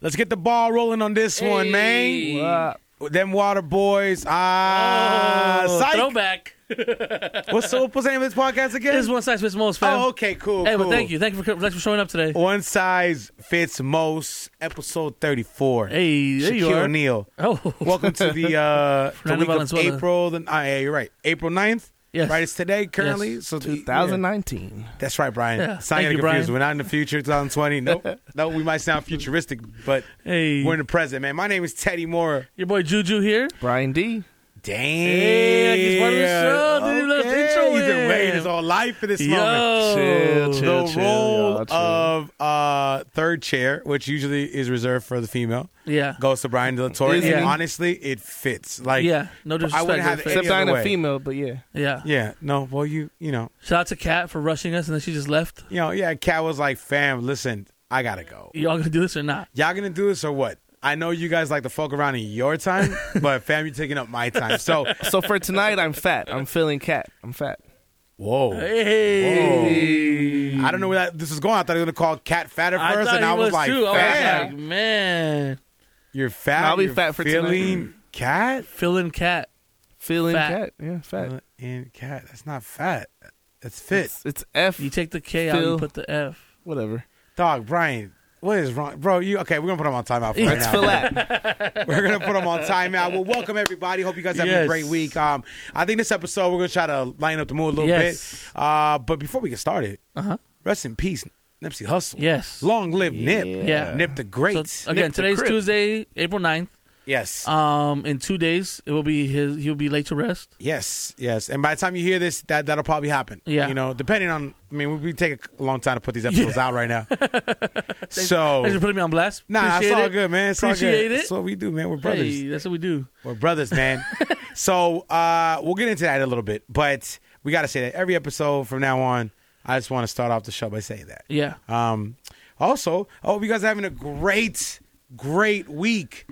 Let's get the ball rolling on this one, Hey. man. Them water boys. Ah, Oh, psych. throwback. What's, the- what's the name of this podcast again? This is one size fits most, fam. Oh, okay, cool. Hey, cool. Oh. well, thank you. Thank you for thanks for showing up today. One size fits most. Episode thirty-four. Hey, there you Shaquille are. O'Neal. Oh, Welcome to the uh, the Fernando week of Valenzuela. April. The, ah, yeah, you're right. April 9th. Yes. Right, it's today currently. Yes. So the- 2019. yeah, that's right, Brian. Yeah. It's not Thank getting you, confused. Brian. We're not in the future, 2020. Nope. no, we might sound futuristic, but Hey. we're in the present, man. My name is Teddy Moore. your boy Juju here. Brian D. Damn. Hey, he's part of the show, dude. Let's Okay. intro He's been him. waiting his whole life for this moment. Yo, Chill, chill. the role y'all, chill. of uh, third chair, which usually is reserved for the female, yeah, goes to Brian De La Torre. Is and he? honestly, it fits. Like, yeah. No I disrespect, wouldn't have but- any Except I ain't other a way. female, but yeah. yeah. yeah, no. Well, you, you know, Shout out to Kat for rushing us, and then she just left. you know, yeah. Cat was like, "Fam, listen, I gotta go. Y'all gonna do this or not? Y'all gonna do this or what? I know you guys like to fuck around in your time, but fam, you're taking up my time. So, So for tonight, I'm fat. I'm feeling cat. I'm fat. whoa." Oh. Hey, I don't know where that this is going. I thought I was gonna call Cat fat at I first, thought and he I was, like, too. I "Fam, was like, man, you're fat. I'll be you're fat for tonight." feeling cat feeling Cat. Feeling Fat. cat. Yeah, Uh, fat. and cat. That's not fat. That's fit, It's, it's F. You take the K out, you Feel- put the F. whatever. dog. Brian, what is wrong, bro? You okay? We're gonna put him on timeout. For right It's now. flat. We're gonna put them on timeout. Well, welcome everybody. Hope you guys have a Yes. great week. Um, I think this episode we're gonna try to line up the mood a little Yes. bit. Uh, but before we get started, Uh huh. rest in peace, Nipsey Hussle. Yes. Long live Nip. Yeah. Nip the Great. So again, Nip the today's Crip. Tuesday, April 9th. Yes. Um, in two days, it will be his. He'll be late to rest. yes. Yes. And by the time you hear this, that that'll probably happen. Yeah. You know, depending on. I mean, we, we take a long time to put these episodes out right now. so. Thanks for putting me on blast. Oh. Nah, it's Appreciate all it. good, man. It's all Appreciate good. it. That's what we do, man. We're brothers. Hey, that's what we do. We're brothers, man. so uh, we'll get into that in a little bit, but we got to say that every episode from now on, I just want to start off the show by saying that. Yeah. Um, also, I hope you guys are having a great, great week.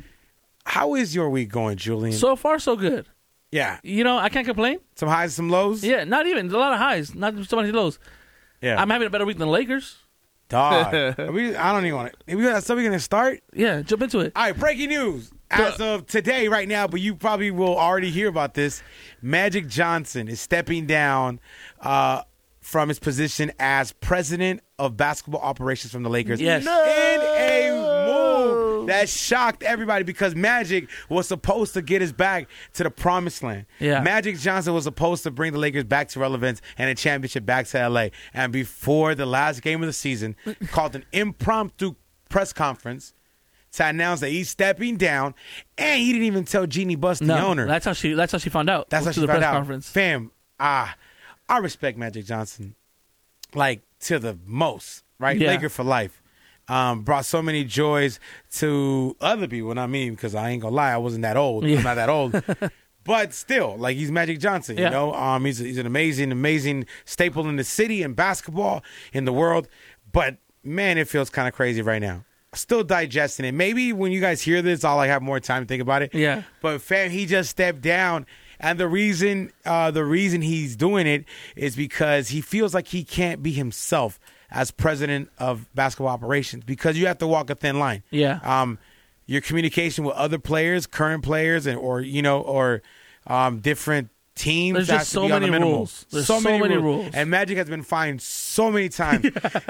How is your week going, Julian? So far, so good. yeah, You know, I can't complain. some highs, some lows. Yeah, not even a lot of highs, not so many lows. yeah. I'm having a better week than the Lakers. Dog, Are we, I don't even want to. We got something going to start. Yeah, jump into it. All right, breaking news as of today, right now, but you probably will already hear about this. Magic Johnson is stepping down uh, from his position as president of basketball operations from the Lakers. Yes. No! In a move that shocked everybody because Magic was supposed to get us back to the promised land. Yeah. Magic Johnson was supposed to bring the Lakers back to relevance and a championship back to LA. And before the last game of the season, called an impromptu press conference to announce that he's stepping down, and he didn't even tell Jeannie Buss, the no, owner. that's how she. That's how she found out. That's Was how she to the found press out. conference. Fam, ah, I respect Magic Johnson, like to the most, right? Yeah. Laker for life. Um, brought so many joys to other people, and I mean, because I ain't gonna lie, I wasn't that old. Yeah. I'm not that old. But still, like he's Magic Johnson, you Yeah. know. Um, he's he's an amazing, amazing staple in the city and basketball in the world. But man, it feels kind of crazy right now. Still digesting it. Maybe when you guys hear this, I'll like have more time to think about it. Yeah. But fam, he just stepped down, and the reason uh, the reason he's doing it is because he feels like he can't be himself as president of basketball operations because you have to walk a thin line. Yeah. Um, your communication with other players, current players, and or you know or um, different teams. There's has just to so be on the many minimal. rules. There's so many rules. And Magic has been fined so many times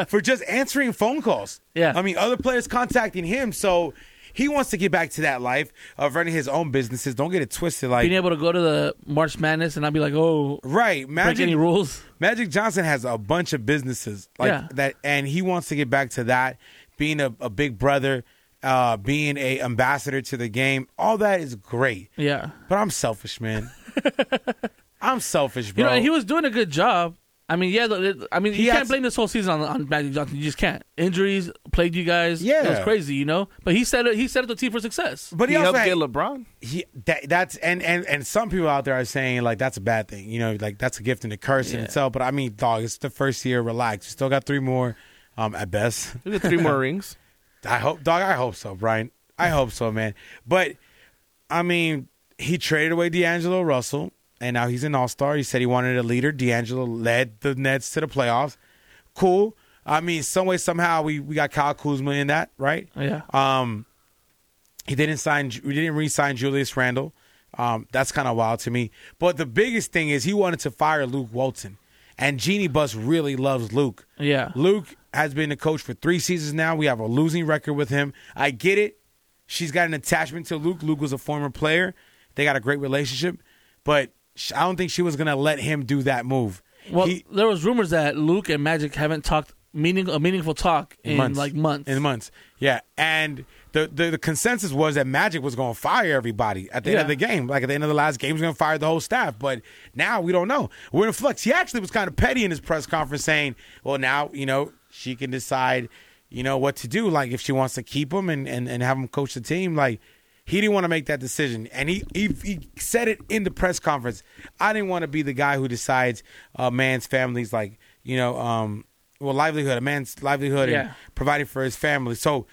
for just answering phone calls. Yeah. I mean, other players contacting him, so he wants to get back to that life of running his own businesses. Don't get it twisted, like. Being able to go to the March Madness and not be like, oh, Right, break Magic. any rules. Magic Johnson has a bunch of businesses like Yeah. that, and he wants to get back to that, being a, a big brother, uh, being a ambassador to the game. All that is great, Yeah. but I'm selfish, man. I'm selfish, You bro. know, and he was doing a good job. I mean, yeah. the- the- I mean, He you had- can't blame this whole season on, on Magic Johnson. You just can't. Injuries plagued you guys. it was Yeah. crazy, you know. But he set it. He set up the team for success. but He he, also helped had, get LeBron. he that that's and and and some people out there are saying like that's a bad thing you know like that's a gift and a curse in Yeah. itself but i mean dog it's the first year relax you still got three more um at best We got three more rings. i hope dog i hope so brian i hope so man but i mean he traded away d'angelo russell and now he's an all-star he said he wanted a leader d'angelo led the nets to the playoffs cool i mean some way somehow we we got kyle kuzma in that right Yeah. um, He didn't sign. We didn't re-sign Julius Randle. Um, that's kind of wild to me. But the biggest thing is he wanted to fire Luke Walton, and Jeannie Bus really loves Luke. Yeah. Luke has been the coach for three seasons now. We have a losing record with him. I get it. She's got an attachment to Luke. Luke was a former player. They got a great relationship, but sh- I don't think she was gonna let him do that move. Well, He- there was rumors that Luke and Magic haven't talked meaning a meaningful talk in like months. In months, yeah. And the, the the consensus was that Magic was going to fire everybody at the end of the Yeah. game. Like at the end of the last game, he was going to fire the whole staff. But now we don't know. We're in flux. He actually was kind of petty in his press conference, saying, "Well, now you know she can decide, you know what to do. Like if she wants to keep him and and, and have him coach the team, like." He didn't want to make that decision, and he, he he said it in the press conference. I didn't want to be the guy who decides a man's family's like you know, um, well, livelihood, a man's livelihood, and Yeah. providing for his family. So,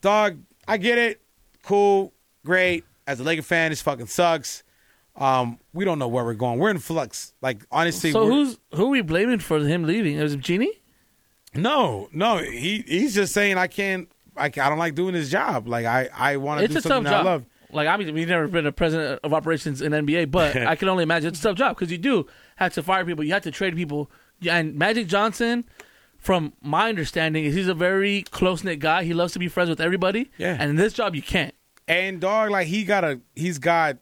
dog, I get it. Cool, great. As a Laker fan, this fucking sucks. Um, we don't know where we're going. We're in flux. Like honestly, so we're- who's who are we blaming for him leaving? It was Genie. no, no. He he's just saying I can't. I, ca- I don't like doing this job. Like I I want to It's do a tough something that I job. love. Like I mean, we've never been a president of operations in NBA, but I can only imagine it's a tough job because you do have to fire people, you have to trade people, and Magic Johnson. From my understanding, is he's a very close knit guy. He loves to be friends with everybody. Yeah. And in this job, you can't. And dog, like he got a he's got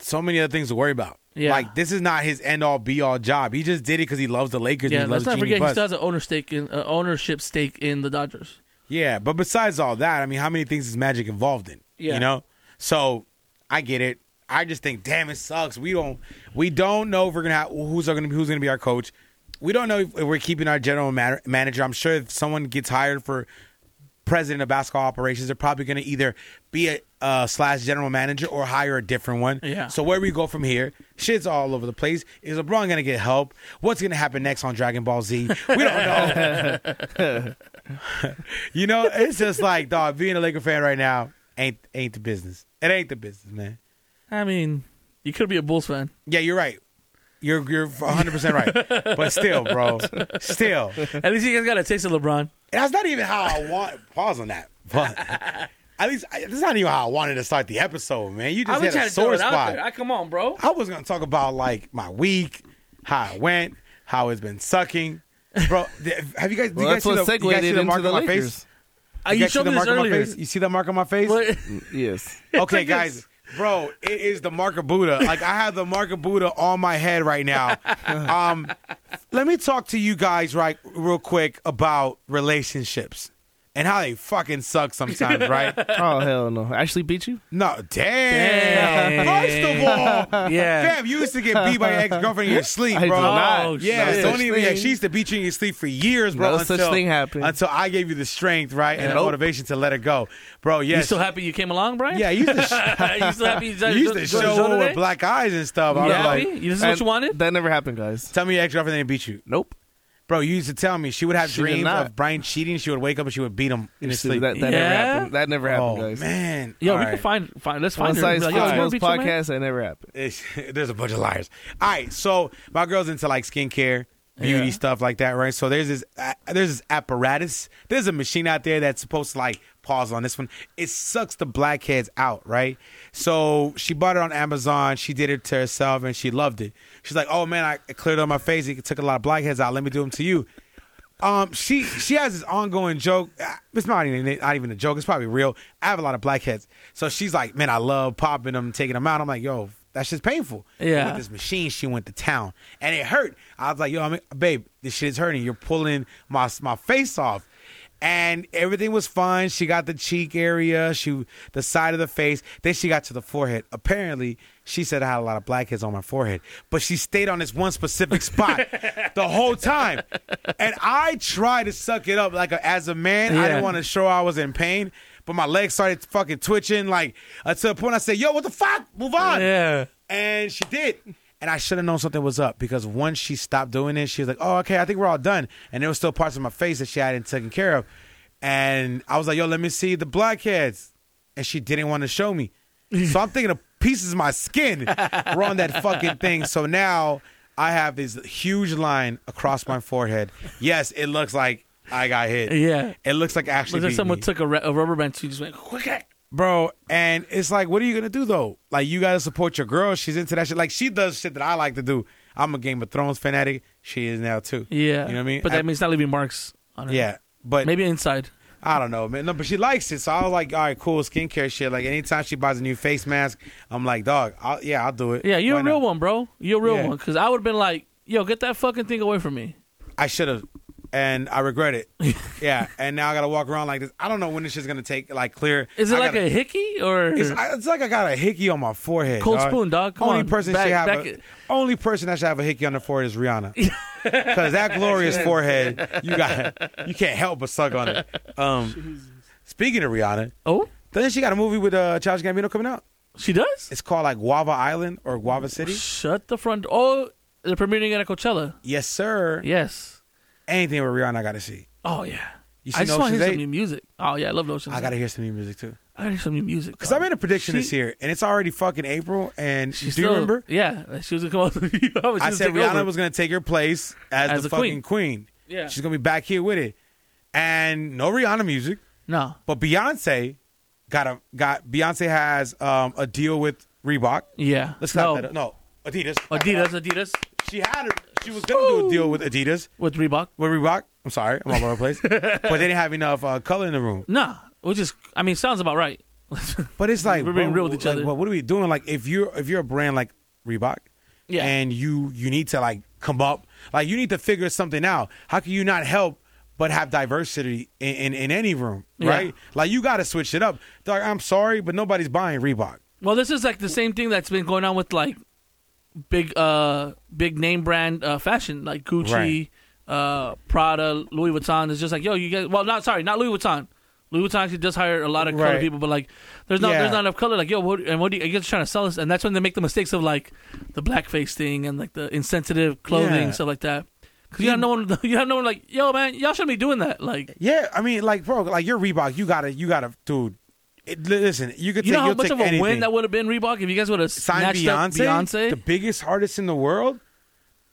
so many other things to worry about. Yeah. Like this is not his end all be all job. He just did it because he loves the Lakers. Yeah. and he loves Let's not Jeannie forget he Buss. still has an owner stake in uh, ownership stake in the Dodgers. Yeah, but besides all that, I mean, how many things is Magic involved in? Yeah. You know? So I get it. I just think, damn, it sucks. We don't we don't know if we're gonna have who's gonna be who's gonna be our coach. We don't know if we're keeping our general man- manager. I'm sure if someone gets hired for president of basketball operations, they're probably gonna either be a uh, slash general manager or hire a different one. Yeah. So where we go from here, shit's all over the place. Is LeBron gonna get help? What's gonna happen next on Dragon Ball Z? We don't know. You know, it's just like, dog, being a Laker fan right now ain't ain't the business. It ain't the business, man. I mean, you could be a Bulls fan. Yeah, you're right. You're you're 100 percent right. But still, bro, still, At least you guys got a taste of LeBron. that's not even how I want. Pause on that. But at least I- that's not even how I wanted to start the episode, man. You just hit a sore spot. I Ah, come on, bro. I was gonna talk about like my week, how it went, how it's been sucking, bro. th- Have you guys? did Well, you guys that's see what the, you guys segued see the into mark the on my face? Lakers. You you guys see showed the me this mark on my earlier. face? Mm. You see that mark on my face? What- yes. Okay, like guys, this. bro, it is the mark of Buddha. Like I have the mark of Buddha on my head right now. Um, let me talk to you guys right real quick about relationships and how they fucking suck sometimes, right? Oh hell no! I actually beat you. No, damn. First of all, yeah. damn, you used to get beat by your ex girlfriend in your sleep, I bro. did not. Oh, Yeah, shit. don't such even. Yeah, thing. she used to beat you in your sleep for years, bro. No such until- thing happened. Until I gave you the strength, right, and the Nope. motivation to let it go, bro. You Yes, so happy you came along, Brian? yeah, you used to. you so happy you You used to show her with black eyes and stuff. I You was happy? like, You- this is what And you wanted? That never happened, guys. tell me your ex girlfriend didn't beat you. Nope. Bro, you used to tell me she would have She did dreams not. of Brian cheating. She would wake up and she would beat him in his See, sleep. That, that Yeah? never happened. That never happened, oh, guys. man. Yo, All we right. can find, find let's One find her. size Be like, fits yo, you wanna most beat your man? podcast. That never happened. It's- there's a bunch of liars. All right, so my girl's into like skincare, beauty Yeah. stuff like that, right? So there's this uh, there's this apparatus. There's a machine out there that's supposed to like pause on this one. It sucks the blackheads out, right? So she bought it on Amazon. She did it to herself and she loved it. She's like, "Oh man, I it cleared on my face. It took a lot of blackheads out. Let me do them to you." Um, she she has this ongoing joke. Ah, It's not even not even a joke. It's probably real. I have a lot of blackheads, so she's like, "Man, I love popping them, taking them out." I'm like, "Yo, that's just painful." Yeah. With this machine, she went to town, and it hurt. I was like, "Yo, I mean, babe, this shit is hurting. You're pulling my my face off." And everything was fine. She got the cheek area, she the side of the face. Then she got to the forehead. Apparently, she said I had a lot of blackheads on my forehead, but she stayed on this one specific spot the whole time. And I tried to suck it up like a, as a man. I Yeah. didn't want to show I was in pain, but my legs started fucking twitching. Like uh, to the point I said, "Yo, what the fuck? Move on." Yeah. And she did. And I should have known something was up because once she stopped doing it, she was like, "Oh, okay, I think we're all done." And there was still parts of my face that she hadn't taken care of. And I was like, "Yo, let me see the blackheads," and she didn't want to show me. So I'm thinking the pieces of my skin were on that fucking thing. So now I have this huge line across my forehead. Yes, it looks like I got hit. Yeah. it looks like I actually Was there beat someone me. took a, re- a rubber band? You just went quick. bro. And it's like, what are you gonna do though? Like, you gotta support your girl. She's into that shit. Like, she does shit that I like to do. I'm a Game of Thrones fanatic. She is now too. Yeah. you know what I mean. But I- that means not leaving marks on her. yeah, but Maybe inside. I don't know, man. No, but she likes it, so I was like, all right, cool skincare shit. Like, anytime she buys a new face mask, I'm like, dog, I'll, yeah, I'll do it. Yeah, you're Why a real not? one, bro. You're a real Yeah. one. Because I would have been like, yo, get that fucking thing away from me. I should have, and I regret it. yeah, and now I gotta walk around like this. I don't know when this shit's gonna take. Like, clear. Is it I like gotta- a hickey or It's, I- it's like I got a hickey on my forehead. Mm. Cold spoon, dog. Come only on. person Back- should have back a, it. only person that should have a hickey on the forehead is Rihanna, because that glorious forehead, you got you can't help but suck on it. Um, speaking of Rihanna, Oh, doesn't she got a movie with uh, Charles Gambino coming out? she does? It's called like Guava Island or Guava City. Shut the front. Oh, they're premiering it at Coachella. Yes, sir. Yes. Anything with Rihanna, I gotta see. Oh yeah. You I seen just want to Ocean's hear some Eight? new music. Oh yeah, I love Ocean's. I gotta Eight. hear some new music too. I gotta hear some new music. Cause I made a prediction Uh, She- this year, and it's already fucking April. And do She's you still- remember? Yeah, she was gonna come out. with you. was I just said gonna Rihanna take over. was gonna take her place as, As the the queen. fucking queen. Yeah. she's gonna be back here with it, and no Rihanna music, No. but Beyonce got a got Beyonce has um, a deal with Reebok. Yeah. Let's no. clap that up. No, Adidas. Adidas, Adidas She had a, she was gonna do a deal with Adidas with Reebok. with Reebok. I'm sorry, I'm all over the place, but they didn't have enough uh, color in the room. Nah, which is, I mean, sounds about right. But it's like We're being bro, real with each like, other. What, what are we doing? Like if you're if you're a brand like Reebok, Yeah. and you you need to like come up, like you need to figure something out. How can you not help but have diversity in in, in any room, Yeah. right? Like you got to switch it up. Dog, I'm sorry, but nobody's buying Reebok. Well, this is like the same thing that's been going on with like big, uh, big name brand uh, fashion, like Gucci, uh, Prada, Louis Vuitton. It's just like, yo, you guys. Well, not sorry, not Louis Vuitton. Louis Vuitton actually does hire a lot of color Right. people, but like, there's not Yeah. there's not enough color. Like, yo, what, and what do you, I guess you're trying to sell us? And that's when they make the mistakes of like the blackface thing and like the insensitive clothing Yeah. stuff like that. Because you have no one, you have no one like, yo, man, y'all shouldn't be doing that. Like, Yeah, I mean, like bro, like you're Reebok, you gotta you gotta, dude. It, li- listen, you could take, You know how you'll much take of a anything. win that would have been Reebok if you guys would have sign snatched up Beyonce, Beyonce. the biggest artist in the world,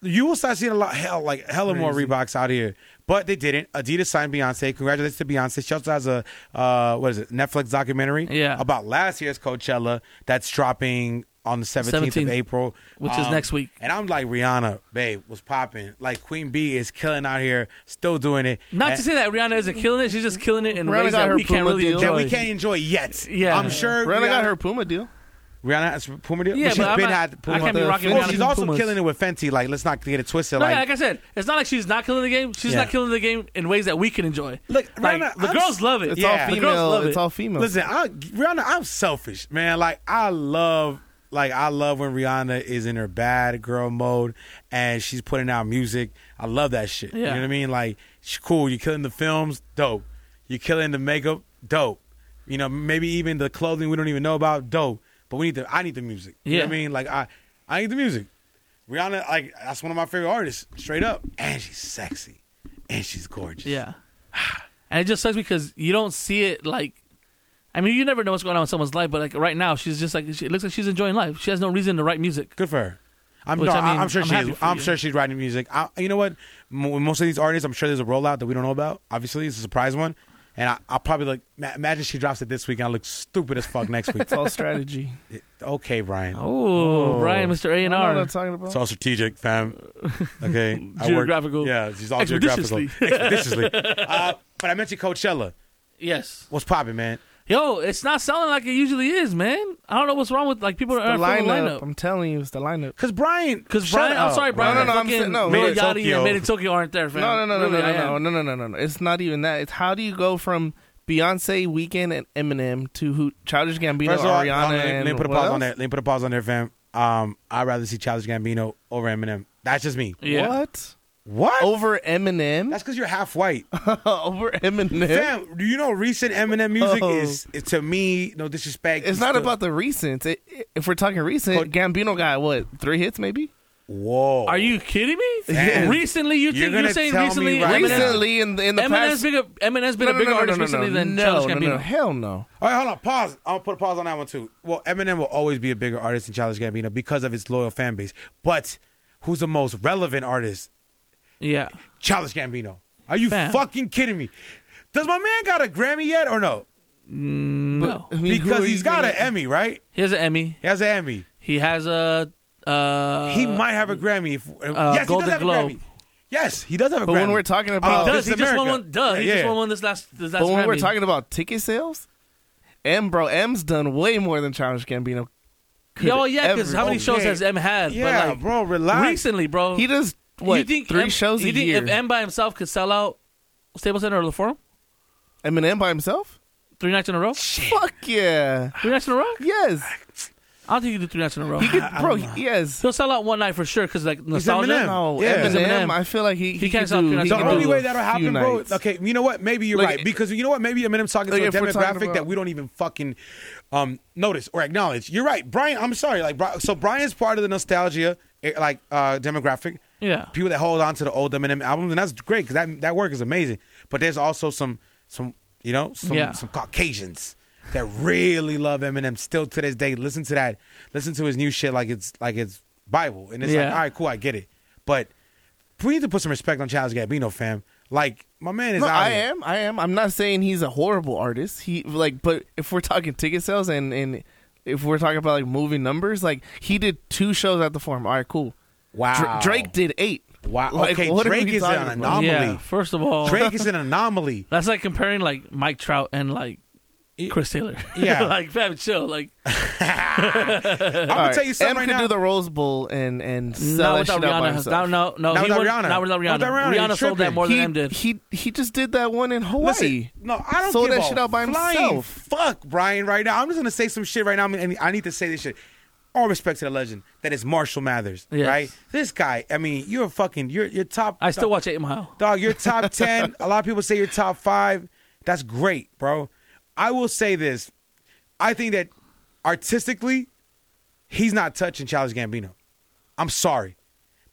you will start seeing a lot hell like hella more Reeboks out here. But they didn't. Adidas signed Beyonce. Congratulations to Beyonce. She also has a uh, what is it Netflix documentary Yeah. about last year's Coachella that's dropping on the seventeenth of 17th, April, Um, which is next week. And I'm like Rihanna, babe, was popping. Like Queen B is killing out here, still doing it. Not Eh. And- to say that Rihanna isn't killing it; she's just killing it in Rihanna ways got that her we can't Puma really deal. that enjoy. we can't enjoy yet. Yeah. I'm sure Rihanna got her Puma deal. Rihanna has Puma deal. Yeah, but she's but I'm been not- had Puma. I can't be The rocking Fenty. Well, Rihanna she's in also Pumas. killing it with Fenty. Like, let's not get it twisted. No, like, yeah, like I said, it's not like she's not killing the game. She's Yeah. not killing the game in ways that we can enjoy. Look, like, Rihanna, the I'm girls s- love it. It's Yeah. all The girls female. love It's it. all female. listen, I, Rihanna, I'm selfish, man. Like, I love, like, I love when Rihanna is in her bad girl mode and she's putting out music. I love that shit. You know Yeah. what I mean? Like, she's cool. You're killing the films, dope. You're killing the makeup, dope. You know, maybe even the clothing we don't even know about, dope. But we need the, I need the music. You know what I Yeah. mean? Like, I, I need the music. Rihanna, like, that's one of my favorite artists, straight up. And she's sexy. And she's gorgeous. Yeah, and it just sucks because you don't see it. Like, I mean, you never know what's going on in someone's life, but like right now, she's just like she, it looks like she's enjoying life. She has no reason to write music. Good for her. I'm, Which, no, I I mean, am sure I'm she happy is. for I'm you. sure she's writing music. I, you know what? M- with most of these artists, I'm sure there's a rollout that we don't know about. Obviously, it's a surprise one, and I, I'll probably like ma- imagine she drops it this week, and I look stupid as fuck next week. It's all strategy. okay, Brian. Oh, Brian, Mr. A and I know what R. I'm talking about. It's all strategic, fam. Okay, I work- Geographical. yeah, she's all geographical. Expeditiously. uh, but I mentioned Coachella. Yes. What's popping, man? Yo, it's not selling like it usually is, man. I don't know what's wrong with like people the are filling the lineup. lineup. I'm telling you, it's the lineup. Because Brian, Because shut Brian, I'm up, sorry, Brian. No, no, no, I'm fucking saying- no, Lil Made in Yachty Tokyo. and Made in Tokyo aren't there, fam. No, no, no, no, Really, I no, no, am. no, no, no, no, no. It's not even that. It's how do you go from Beyonce, Weekend, and Eminem to who Childish Gambino, First of all, Ariana, hold on, let me- and let me put a what pause else? on there. Let me put a pause on there, fam. Um, I'd rather see Childish Gambino over Eminem. That's just me. Yeah. What? What? Over Eminem? That's because you're half white. over Eminem? Fam, do you know recent Eminem music Oh. is, is to me no disrespect. it's not about the recent. It, it- if we're talking recent, Code- Gambino got what three hits maybe? whoa. Are you kidding me? Damn. Recently, you You're think you're, gonna saying tell recently? me right Eminem- recently in the, in the Eminem's past? bigger. Eminem's been no, a no, bigger no, artist no, no, recently no, than no, Childish no, Gambino. no, hell no. All right, hold on. Pause. I'll put a pause on that one too. Well, Eminem will always be a bigger artist than Childish Gambino because of his loyal fan base. But who's the most relevant artist? Yeah, Childish Gambino. Are you Fam. fucking kidding me? Does my man got a Grammy yet or no? No, I mean, who because are he's you got gonna- an Emmy, right? he has an Emmy. He has an Emmy. He has a. Uh, he might have a Grammy. If, uh, yes, Golden he does have Globe. a Grammy. Yes, he does have a uh, But Grammy. when we're talking Oh, about, He Does he This is just won America. one? Duh, he Yeah. just won one this last. This last but when we're Grammy. talking about ticket sales, M bro, M's done way more than Childish Gambino. could yeah, well, yeah, because ever- how many shows Okay. has M had? yeah, but like, bro, relax. Recently, bro. He does what you think three M, shows a you think year. If M by himself could sell out Staples Center or the Forum Eminem by himself? three nights in a row, Fuck yeah, three nights in a row, yes, I don't think he could do three nights in a row. he could, bro. yes, He'll sell out one night for sure because like nostalgia. Eminem. no, Yeah. Eminem, Eminem. I feel like he he, can't could sell do, peanuts he on the could Broadway. only do way a that'll few happen, bro. nights. Okay, you know what? Maybe you're Like, right it- because you know what? Maybe Eminem's talking Like, to a if we're talking demographic that about- we don't even fucking um, notice or acknowledge. You're right, Brian. I'm sorry. Like, Bri- so Brian's part of the nostalgia eh, like uh, demographic. Yeah. people that hold on to the old Eminem albums, and that's great because that that work is amazing. But there's also some some you know some Yeah. some Caucasians that really love Eminem still to this day. Listen to that. Listen to his new shit like it's like it's Bible, and it's like Yeah. all right, cool, I get it. But we need to put some respect on Childish Gambino, fam. Like my man is. No, out I here. am. I am. I'm not saying he's a horrible artist. He like, but if we're talking ticket sales and and if we're talking about like movie numbers, like he did two shows at the Forum. All right, cool. Dra- Wow, Drake did eight. Wow. Like, okay, what are Drake we is talking an about? anomaly. yeah, first of all, Drake is an anomaly. that's like comparing like Mike Trout and like Chris Taylor. Yeah. like fam, chill. Like I'm gonna All tell you something M right could now. do the Rose Bowl and and sell not that shit without out Rihanna. by No, himself. Not no, no. he without wouldn't- Rihanna. Not without Rihanna. Not without Rihanna, Rihanna he's sold that tripping. more he, than M did. he he just did that one in Hawaii. Listen, no, I don't Sold give that a shit out by flying himself. Fuck Brian right now. I'm just gonna say some shit right now, and I need to say this shit. All respect to the legend that is Marshall Mathers, Yes. right? This guy, I mean, you're a fucking, you're you're top. I still watch Eight Mile. dog. You're top ten. a lot of people say you're top five. That's great, bro. I will say this. I think that artistically, he's not touching Childish Gambino. I'm sorry.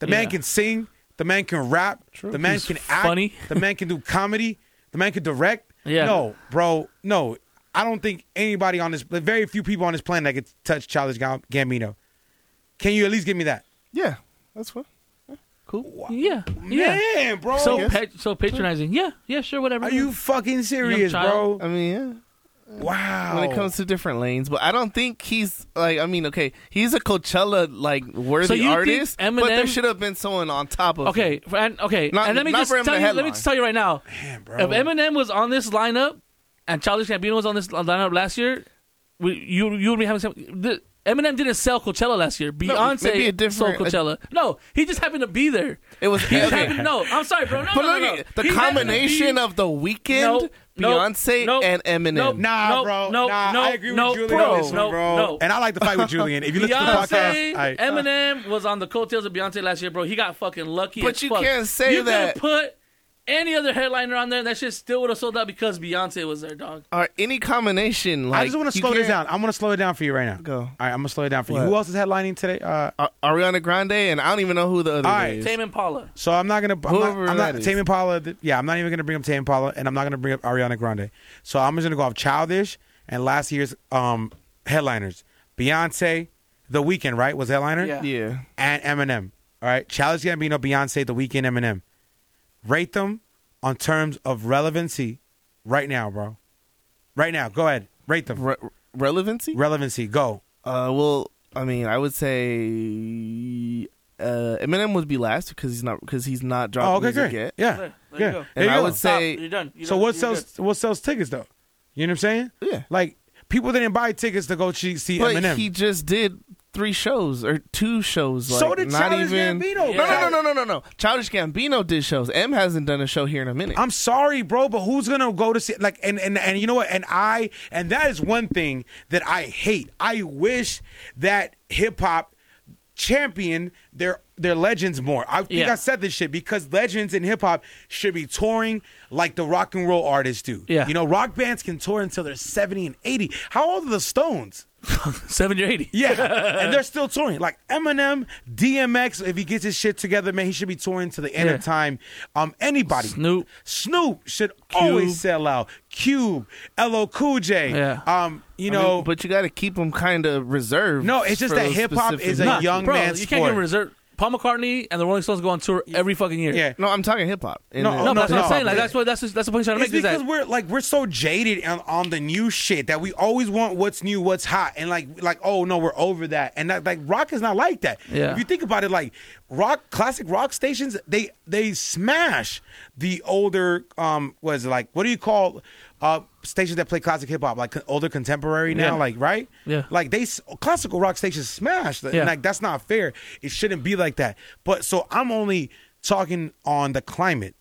The man Yeah. can sing. The man can rap. The man He's can act. funny. The man can do comedy. The man can direct. Yeah. No, bro. No, I don't think anybody on this. Very few people on this planet that could touch Childish Gam- Gambino. Can you at least give me that? Yeah, that's what. Cool. Yeah. Yeah. Man, bro. So guess. pat- so patronizing. Yeah. Yeah. Sure. Whatever. are you fucking serious, child. bro? I mean, yeah. Wow. When it comes to different lanes, but I don't think he's like. I mean, okay, he's a Coachella like worthy So you think artist, but there Eminem- should have been someone on top of. him. Okay, for- and okay, Not- and let me not just for him tell to you. Let me headline. just tell you right now. bro. If Eminem was on this lineup, and Childish Gambino was on this lineup last year, we, you you would be having some. The, Eminem didn't sell Coachella last year. Beyonce maybe a sold different- Coachella. no, he just happened to be there. It was He just okay. happened. No, I'm sorry, bro. No, But no, look, no, at- no. the He happened to combination be- of the weekend, Nope, nope, Beyonce, nope, and Eminem. nope. Nah, No, bro. no, nah, no, I agree with no, Julian bro, on this one, no, bro. no. And I like to fight with Julian. If you listen to the Beyonce, podcast, I, Eminem was on the coattails of Beyonce last year, bro. He got fucking lucky. But as you fuck. can't say you that. could put any other headliner on there, and that shit still would have sold out because Beyonce was there, dog. Or any combination. Like I just want to you slow this can't- down. I'm going to slow it down for you right now. Go. All right, I'm going to slow it down for you. What? Who else is headlining today? Uh, A- Ariana Grande, and I don't even know who the other All one right. is. Tame Impala. so I'm not going to. I'm Whoever not, I'm not that is. Tame Impala. th- Yeah, I'm not even going to bring up Tame Impala, and I'm not going to bring up Ariana Grande. So I'm just going to go off Childish and last year's um, headliners. Beyonce, The Weeknd, right, was headliner? Yeah. Yeah. and Eminem. All right, Childish Gambino, Beyonce, The Weeknd, Eminem. Rate them on terms of relevancy right now, bro. Right now, go ahead. Rate them. Re- relevancy? relevancy, go. uh, well, I mean, I would say uh, Eminem would be last because he's not because he's not dropping Oh, okay, music great. yet. Yeah, There yeah. you go. There you And I go. would Stop. say- you're done. You're so done. what You're sells? good. What sells tickets though? You know what I'm saying? Yeah. Like people didn't buy tickets to go see, see But Eminem. he just did three shows or two shows. Like, so did not Childish even. Gambino. Yeah. bro. No, no, no, no, no, no. Childish Gambino did shows. M hasn't done a show here in a minute. I'm sorry, bro, but who's gonna go to see like and and and you know what? And I and that is one thing that I hate. I wish that hip hop champion their their legends more. I think Yeah. I said this shit because legends in hip hop should be touring like the rock and roll artists do. Yeah. You know, rock bands can tour until they're 70 and 80. How old are the Stones? Seventy or eighty. Yeah, and they're still touring. Like Eminem, DMX, if he gets his shit together, man, he should be touring to the end Yeah. of time. Um, anybody, Snoop. Snoop should always sell out. Cube, LL Cool J. Yeah. Um, you I mean, know, but you got to keep them kind of reserved. No, it's just for that those hip-hop specific- is a Nah, young bro, man's You can't get sport. reserved. Paul McCartney and the Rolling Stones go on tour every fucking year. Yeah. No, I'm talking hip hop. No, No, oh, but that's what I'm saying. Like yeah. that's what that's that's the point I'm trying to It's make. is because that- we're like we're so jaded on, on the new shit that we always want what's new, what's hot, and like like oh no, we're over that. And that, like rock is not like that. Yeah. If you think about it, like rock classic rock stations, they they smash the older um was like what do you call uh stations that play classic hip hop like co- older contemporary now Yeah. like right Yeah. like they s- classical rock stations smash Yeah. yeah. like that's not fair. It shouldn't be like that. But so I'm only talking on the climate.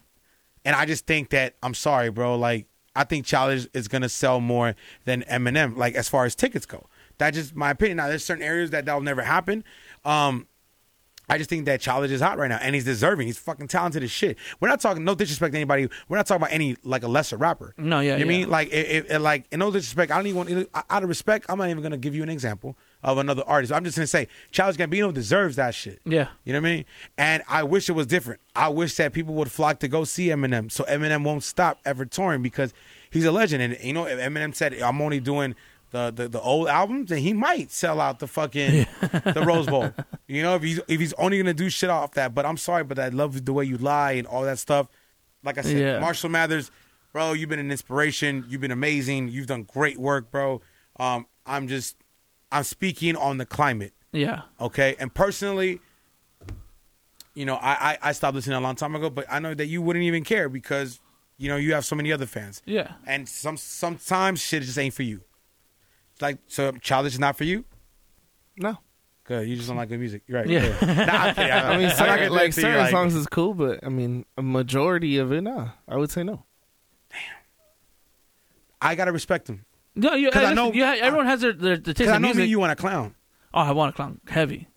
And I just think that I'm sorry, bro. Like I think Childish is gonna sell more than Eminem. Like as far as tickets go, that's just my opinion. Now there's certain areas that that'll never happen. Um, I just think that Childish is hot right now, and he's deserving. He's fucking talented as shit. We're not talking no disrespect to anybody. We're not talking about any like a lesser rapper. No, you know yeah, what I yeah. mean like it, it, it- like in no disrespect. I don't even want I- out of respect. I'm not even gonna give you an example of another artist. I'm just gonna say Childish Gambino deserves that shit. Yeah. You know what I mean? And I wish it was different. I wish that people would flock to go see Eminem, so Eminem won't stop ever touring because he's a legend. And you know, if Eminem said I'm only doing the the, the old albums, then he might sell out the fucking the Rose Bowl. You know, if he's if he's only gonna do shit off that. But I'm sorry, but I love the way you lie and all that stuff. Like I said, Yeah. Marshall Mathers, bro, you've been an inspiration. You've been amazing. You've done great work, bro. Um, I'm just I'm speaking on the climate yeah. okay and personally you know I, I i stopped listening a long time ago but i know that you wouldn't even care because you know you have so many other fans Yeah. and some sometimes shit just ain't for you like so childish is not for you No, good you just don't like good music You're right Yeah. Nah, I'm kidding. I I'm mean, not gonna certain, do like it to you, certain songs is cool, but I mean, a majority of it, nah. I would say no. i gotta respect them No, you, 'Cause I listen, know- you ha- everyone has their their, their taste because i in know me music. and you want a clown oh, I want to clown heavy.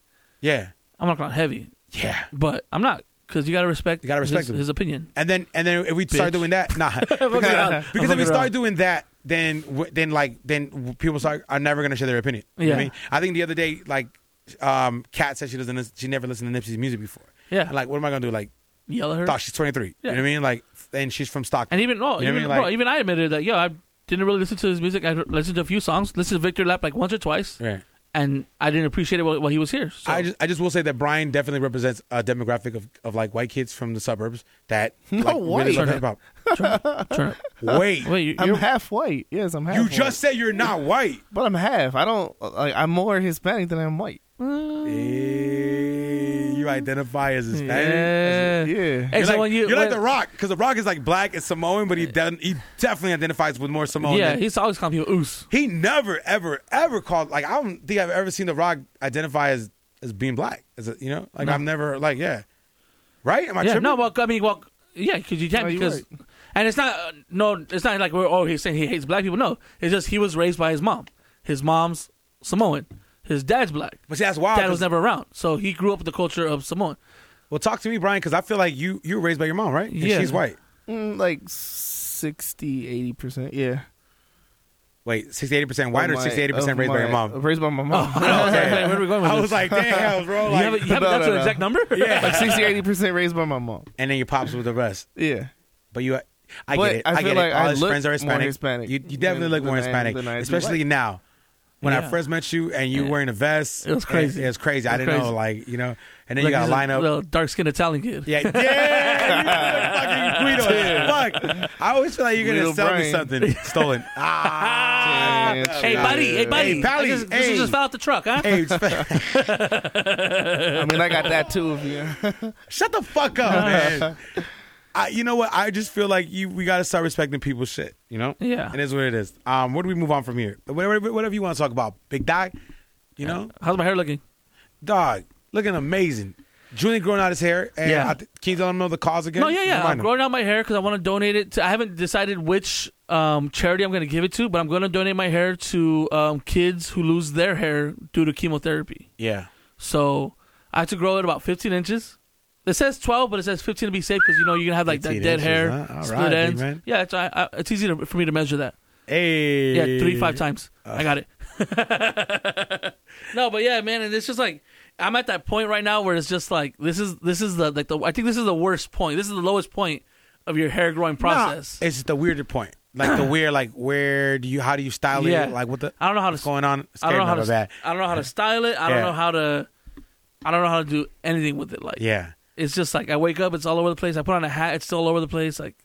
yeah I want to clown heavy, yeah but I'm not because you gotta respect. You gotta respect his, him. his opinion. and then and then if we start Bitch. doing that nah fucking around. because, because if we I'm fucking around. start doing that then w- then like then w- people start are never gonna share their opinion you know what Yeah. I mean I think the other day like um Kat said she doesn't lis- she never listened to Nipsey's music before Yeah. And, like what am I gonna do like Yell at her. thought she's 23 Yeah. you know what I mean like and she's from Stockton And even no, You know what I even, mean? bro, Like- even I admitted that. Yo, I didn't really listen to his music. I listened to a few songs. Listened to Victor Lap like once or twice, Right. and I didn't appreciate it while, while he was here. So. I just I just will say that Brian definitely represents a demographic of, of like white kids from the suburbs that like, really white. love hip hop. Turn- Wait, wait, you, I'm you're- half white. Yes, I'm half. you white. just said you're not white. but I'm half. I don't. Like, I'm more Hispanic than I'm white. Mm. Eh, you identify as Hispanic. yeah. Yeah. Hey, You're, so like, when you you're like when- the Rock because the Rock is like black and Samoan, but he doesn't. He definitely identifies with more Samoan. yeah, than- he's always calling people oos. he never, ever, ever called like I don't think I've ever seen the Rock identify as as being black. As a, you know, like I've never like yeah, right? Am I Yeah, tripping? no, well, I mean, well, yeah, because you can't No, you're because, right. and it's not uh, no, it's not like we're oh he's saying he hates black people. No, it's just he was raised by his mom. His mom's Samoan. His dad's black. but see, that's wild. Dad was 'cause- never around, so he grew up with the culture of Samoan. well, talk to me, Brian, because I feel like you you were raised by your mom, right? And Yeah. she's white. Mm, like 60, 80 percent. Yeah. Wait, sixty eight percent white Of or my- sixty eight of percent raised by your my- mom? Raised by my mom. Wait, where are we going with Oh, I this? was like, damn, bro. you Like, have, a, you have No, that's no, an no. exact number. Yeah. like 60, 80 percent raised by my mom. and then your pops with the rest. Yeah. But you, I But get it. I I, feel get like it. All I his look friends are more Hispanic. Hispanic you, you definitely than- look more than I- Hispanic, than I do especially now. When I Yeah. first met you and you were wearing a vest, It was crazy. It, was crazy. I It was didn't know, crazy. like you know. And then Like you got he's a lineup. little dark-skinned Italian kid. yeah, yeah, you fucking Guido. Fuck. I always feel like you're gonna Little sell me brain. something stolen. Ah. Hey buddy, hey buddy, Hey, Pally, I just, this hey. is just fell out the truck, huh? Hey, it's- I mean, I got that too of you. shut the fuck up, man. I, you know what? I just feel like you. We gotta start respecting people's shit. You know. Yeah. It is what it is. Um, where do we move on from here? Whatever, whatever you want to talk about, Big Doc. You know. How's my hair looking? dog, looking amazing. Julian growing out his hair. And Yeah. I th- can you let him know the cause again? No, yeah, yeah. Remind I'm him. growing out my hair because I want to donate it. To, I haven't decided which um, charity I'm going to give it to, but I'm going to donate my hair to um, kids who lose their hair due to chemotherapy. Yeah. So I have to grow it about 15 inches. It says 12, but it says 15 to be safe because you know you're gonna have like that 15 dead inches, hair, huh? All split right, big ends. man. Yeah, it's, I, I, it's easy to, for me to measure that. Hey. Yeah, three Eh, five times. uh, I got it. no, but yeah, man, and it's just like I'm at that point right now where it's just like this is this is the like the I think this is the worst point. This is the lowest point of your hair growing process. Nah, it's the weirder point. Like the weird, like where do you, how do you style Yeah. it? Like what the, I don't know how to what's going on? It's I don't know how to that. I don't know how to style it. I don't Yeah. know how to I don't know how to do anything with it. Like, Yeah. it's just like I wake up, it's all over the place. I put on a hat, it's still all over the place. Like,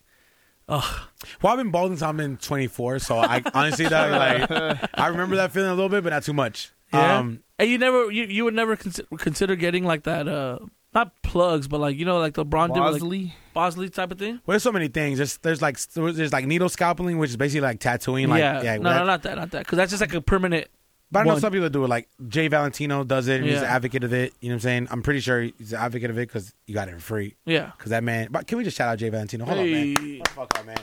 oh, Well, I've been bald since I'm in 24, so I honestly, dog, like, I remember that feeling a little bit, but not too much. yeah. Um, and you never, you, you would never consider, consider getting like that, uh, not plugs, but like you know, like LeBron did, with, like Bosley. Bosley type of thing. well, there's so many things. There's there's like there's like needle scalping, which is basically like tattooing. Like, yeah, no, that- no, not that, not that, because that's just like a permanent. But I know One. some people do it. Like Jay Valentino does it. And He's an Yeah. advocate of it. You know what I'm saying? I'm pretty sure he's an advocate of it because you got it for free. Yeah, Because that man. But can we just shout out Jay Valentino? Hold on, man. Hey. Oh, fuck up, man.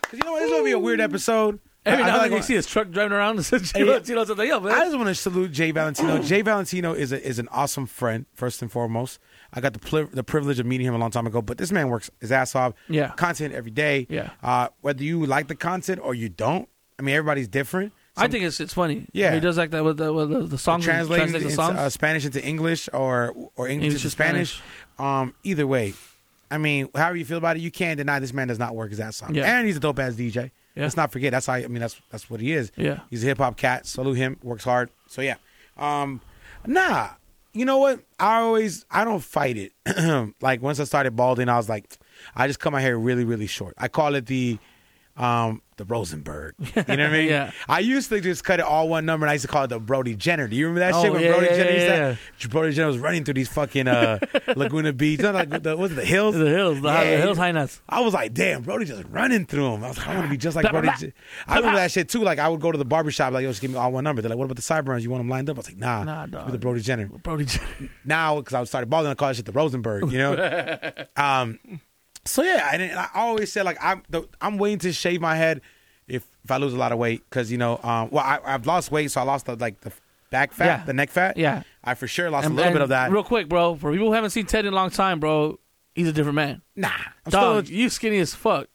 Because you know what? This is gonna be a weird episode. Every I- I now feel and then like- you see his truck driving around and says, Hey, yeah. "Chilo, Chilo," something. Yo, I man. just want to salute Jay Valentino. Jay Valentino is a, is an awesome friend, first and foremost. I got the pli- the privilege of meeting him a long time ago, but this man works his ass off. Yeah. content every day. Yeah. uh, whether you like the content or you don't, I mean, everybody's different. I think it's it's funny. Yeah. he does like that with the with the, the songs. and translating translates into, the songs. uh, Spanish into English or or English, English into to Spanish. Spanish. Um, either way, I mean, however you feel about it, you can't deny this man does not work his ass off, Yeah. and he's a dope ass DJ. Yeah. Let's not forget that's how I mean that's that's what he is. Yeah. he's a hip hop cat. Salute him. Works hard. So yeah, um, nah. You know what? I always I don't fight it. like once I started balding, I was like, I just cut my hair really really short. I call it the. Um, the Rosenberg. You know what I mean? Yeah. I used to just cut it all one number, and I used to call it the Brody Jenner. Do you remember that Oh, shit when yeah, Brody yeah, Jenner used to- yeah, Brody Jenner was running through these fucking uh, Laguna Beach. Not like the, was it the hills? the hills, the, high Yeah. the hills, high nuts. I was like, damn, Brody just running through them. I was like, I want to be just like Brody. Jen- I remember that shit too. Like, I would go to the barbershop, like, yo, just give me all one number. They're like, what about the sideburns? You want them lined up? I was like, nah, Nah, give me dog. the Brody Jenner. Brody, Jenner. Now, because I started balling, I call that shit the Rosenberg, you know? um, so yeah, and, and I always said, like, I'm, the, I'm willing to shave my head if, if I lose a lot of weight, because, you know, um, well, I, I've lost weight, so I lost the, like, the back fat, Yeah. the neck fat. Yeah. I for sure lost a little bit of that. Real quick, bro. For people who haven't seen Ted in a long time, bro, he's a different man. Nah, I'm Dog, still. you skinny as fuck.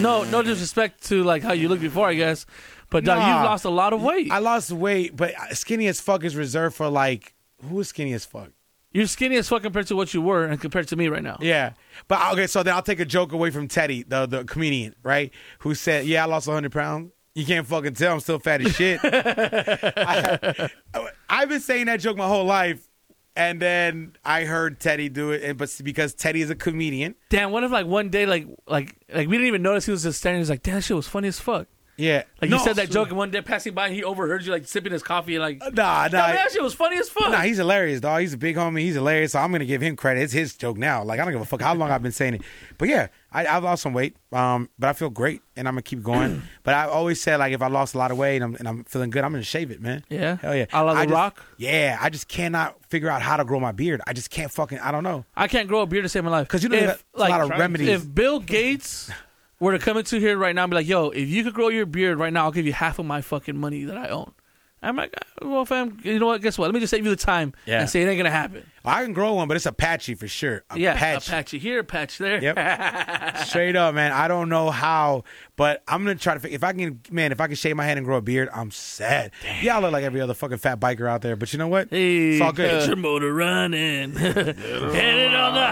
no, no disrespect to like how you looked before, I guess. But dog, Nah. you've lost a lot of weight. I lost weight, but skinny as fuck is reserved for like who is skinny as fuck. You're skinny as fuck compared to what you were and compared to me right now. Yeah, but okay. So then I'll take a joke away from Teddy, the the comedian, right? Who said, "Yeah, I lost 100 pounds." You can't fucking tell. I'm still fat as shit. I, I've been saying that joke my whole life, and then I heard Teddy do it, and but because Teddy is a comedian, Damn, what if like one day like like like we didn't even notice he was just standing he's like, damn that shit was funny as fuck. yeah, Like No, you said that so- joke and one day passing by he overheard you like sipping his coffee and like Nah, "Damn, nah. that shit was funny as fuck. Nah, he's hilarious, dog. He's a big homie. He's hilarious. So I'm gonna give him credit. It's his joke now. Like I don't give a fuck how long I've been saying it. But yeah, I, I've lost some weight. Um, but I feel great, and I'm gonna keep going. but I always said like if I lost a lot of weight and I'm, and I'm feeling good, I'm gonna shave it, man. Yeah? hell yeah. A la The I just- Rock? Yeah, I just cannot figure out how to grow my beard. I just can't fucking. I don't know. I can't grow a beard to save my life. 'Cause you know If, there's a lot of remedies. If Bill Gates were to come into here right now and be like, "Yo, if you could grow your beard right now, I'll give you half of my fucking money that I own." I'm like, "Uh, "Well, fam, you know what? Guess what? Let me just save you the time Yeah. and say it ain't gonna happen." I can grow one, but it's a patchy for sure. A yeah, patchy. a patchy here, a patch there. Yep. Straight up, man. I don't know how, but I'm gonna try to. fi- If I can, man, if I can shave my head and grow a beard, I'm sad. Y'all look like every other fucking fat biker out there, but you know what? Hey, it's all good. Get your motor running, headed on the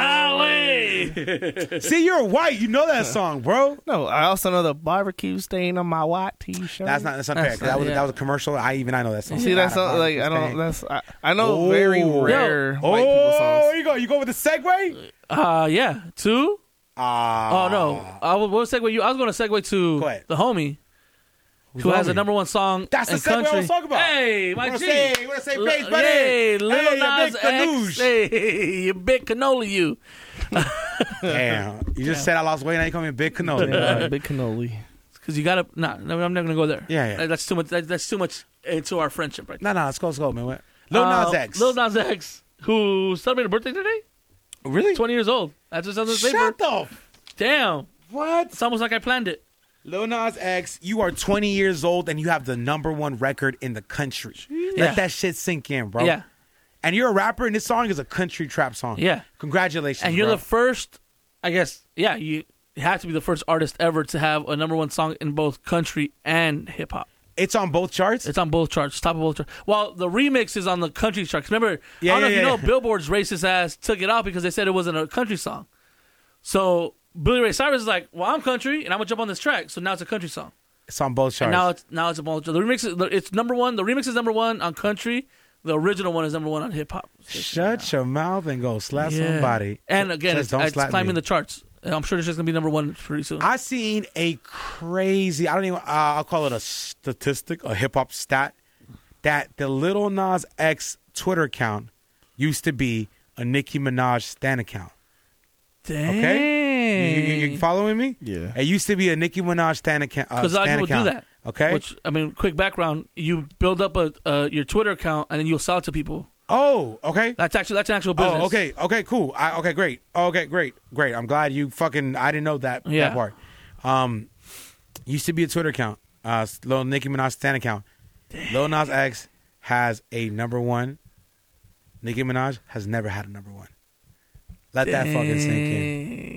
highway. See, you're white. You know that song, bro. No, I also know the barbecue stain on my white t-shirt. That's not that's not fair. 'cause that was yeah. that was a commercial. I even I know that song. See, that's God, not, like I don't. That's I, I know very Ooh. rare Oh, white people songs. you go. You go with the segue. Uh, yeah, two. Ah, Oh no, I was what segue you. I was gonna segue to Go ahead. the homie. Who has homie? the number one song? That's the in segue I was country. talking about. Hey, my Wanna G. say- wanna say L- Paige Bunny? Hey, Hey, Lil you Nas big X. canoosh. Hey, you big canola, you. damn! You just said I lost weight. Now you call me Big Canola. Uh, Big cannoli. Because you gotta. Nah, no, I'm not gonna go there. Yeah, yeah. That- That's too much. That, that's too much into our friendship, right? no, no, let's go, let's go, man. What? Lil Uh, Nas X. Lil Nas X, who celebrated birthday today, really? 20 years old. That's just on the paper. Shut up. Damn, What? it's almost like I planned it. Lil Nas X, you are 20 years old and you have the number one record in the country. Yeah. Let that shit sink in, bro. Yeah. And you're a rapper, and this song is a country trap song. Yeah. Congratulations. And you're bro. the first, I guess, yeah, you have to be the first artist ever to have a number one song in both country and hip hop. it's on both charts. It's on both charts, top of both charts. Well, the remix is on the country charts. Remember, Yeah, I don't know yeah, if you yeah. know, Billboard's racist ass took it out because they said it wasn't a country song. So Billy Ray Cyrus is like, "Well, I'm country, and I'm gonna jump on this track." So now it's a country song. It's on both charts. And now it's now it's a both. The remix is it's number one. The remix is number one on country. The original one is number one on hip hop. Shut your mouth and go slap Yeah. somebody. And again, Just it's, don't it's slap me. climbing the charts. And I'm sure it's just gonna be number one pretty soon. I seen a crazy. I don't even. Uh, I'll call it a statistic, a hip hop stat, that the Little Nas X Twitter account used to be a Nicki Minaj stan account. Dang. Okay, you, you- uh, you following me? Yeah. It used to be a Nicki Minaj stan account. Mm. because a lot of stan people account. do that. Okay. Which I mean, quick background: you build up a uh, your Twitter account and then you'll sell it to people. oh, okay. That's actually that's an actual business. Oh, okay, okay, cool. I, okay, great. Okay, great, great. I'm glad you fucking. I didn't know that Yeah. that part. Um, used to be a Twitter account, uh, Lil Nicki Minaj stan account. Lil Nas X has a number one. Nicki Minaj has never had a number one. Let that fucking sink in.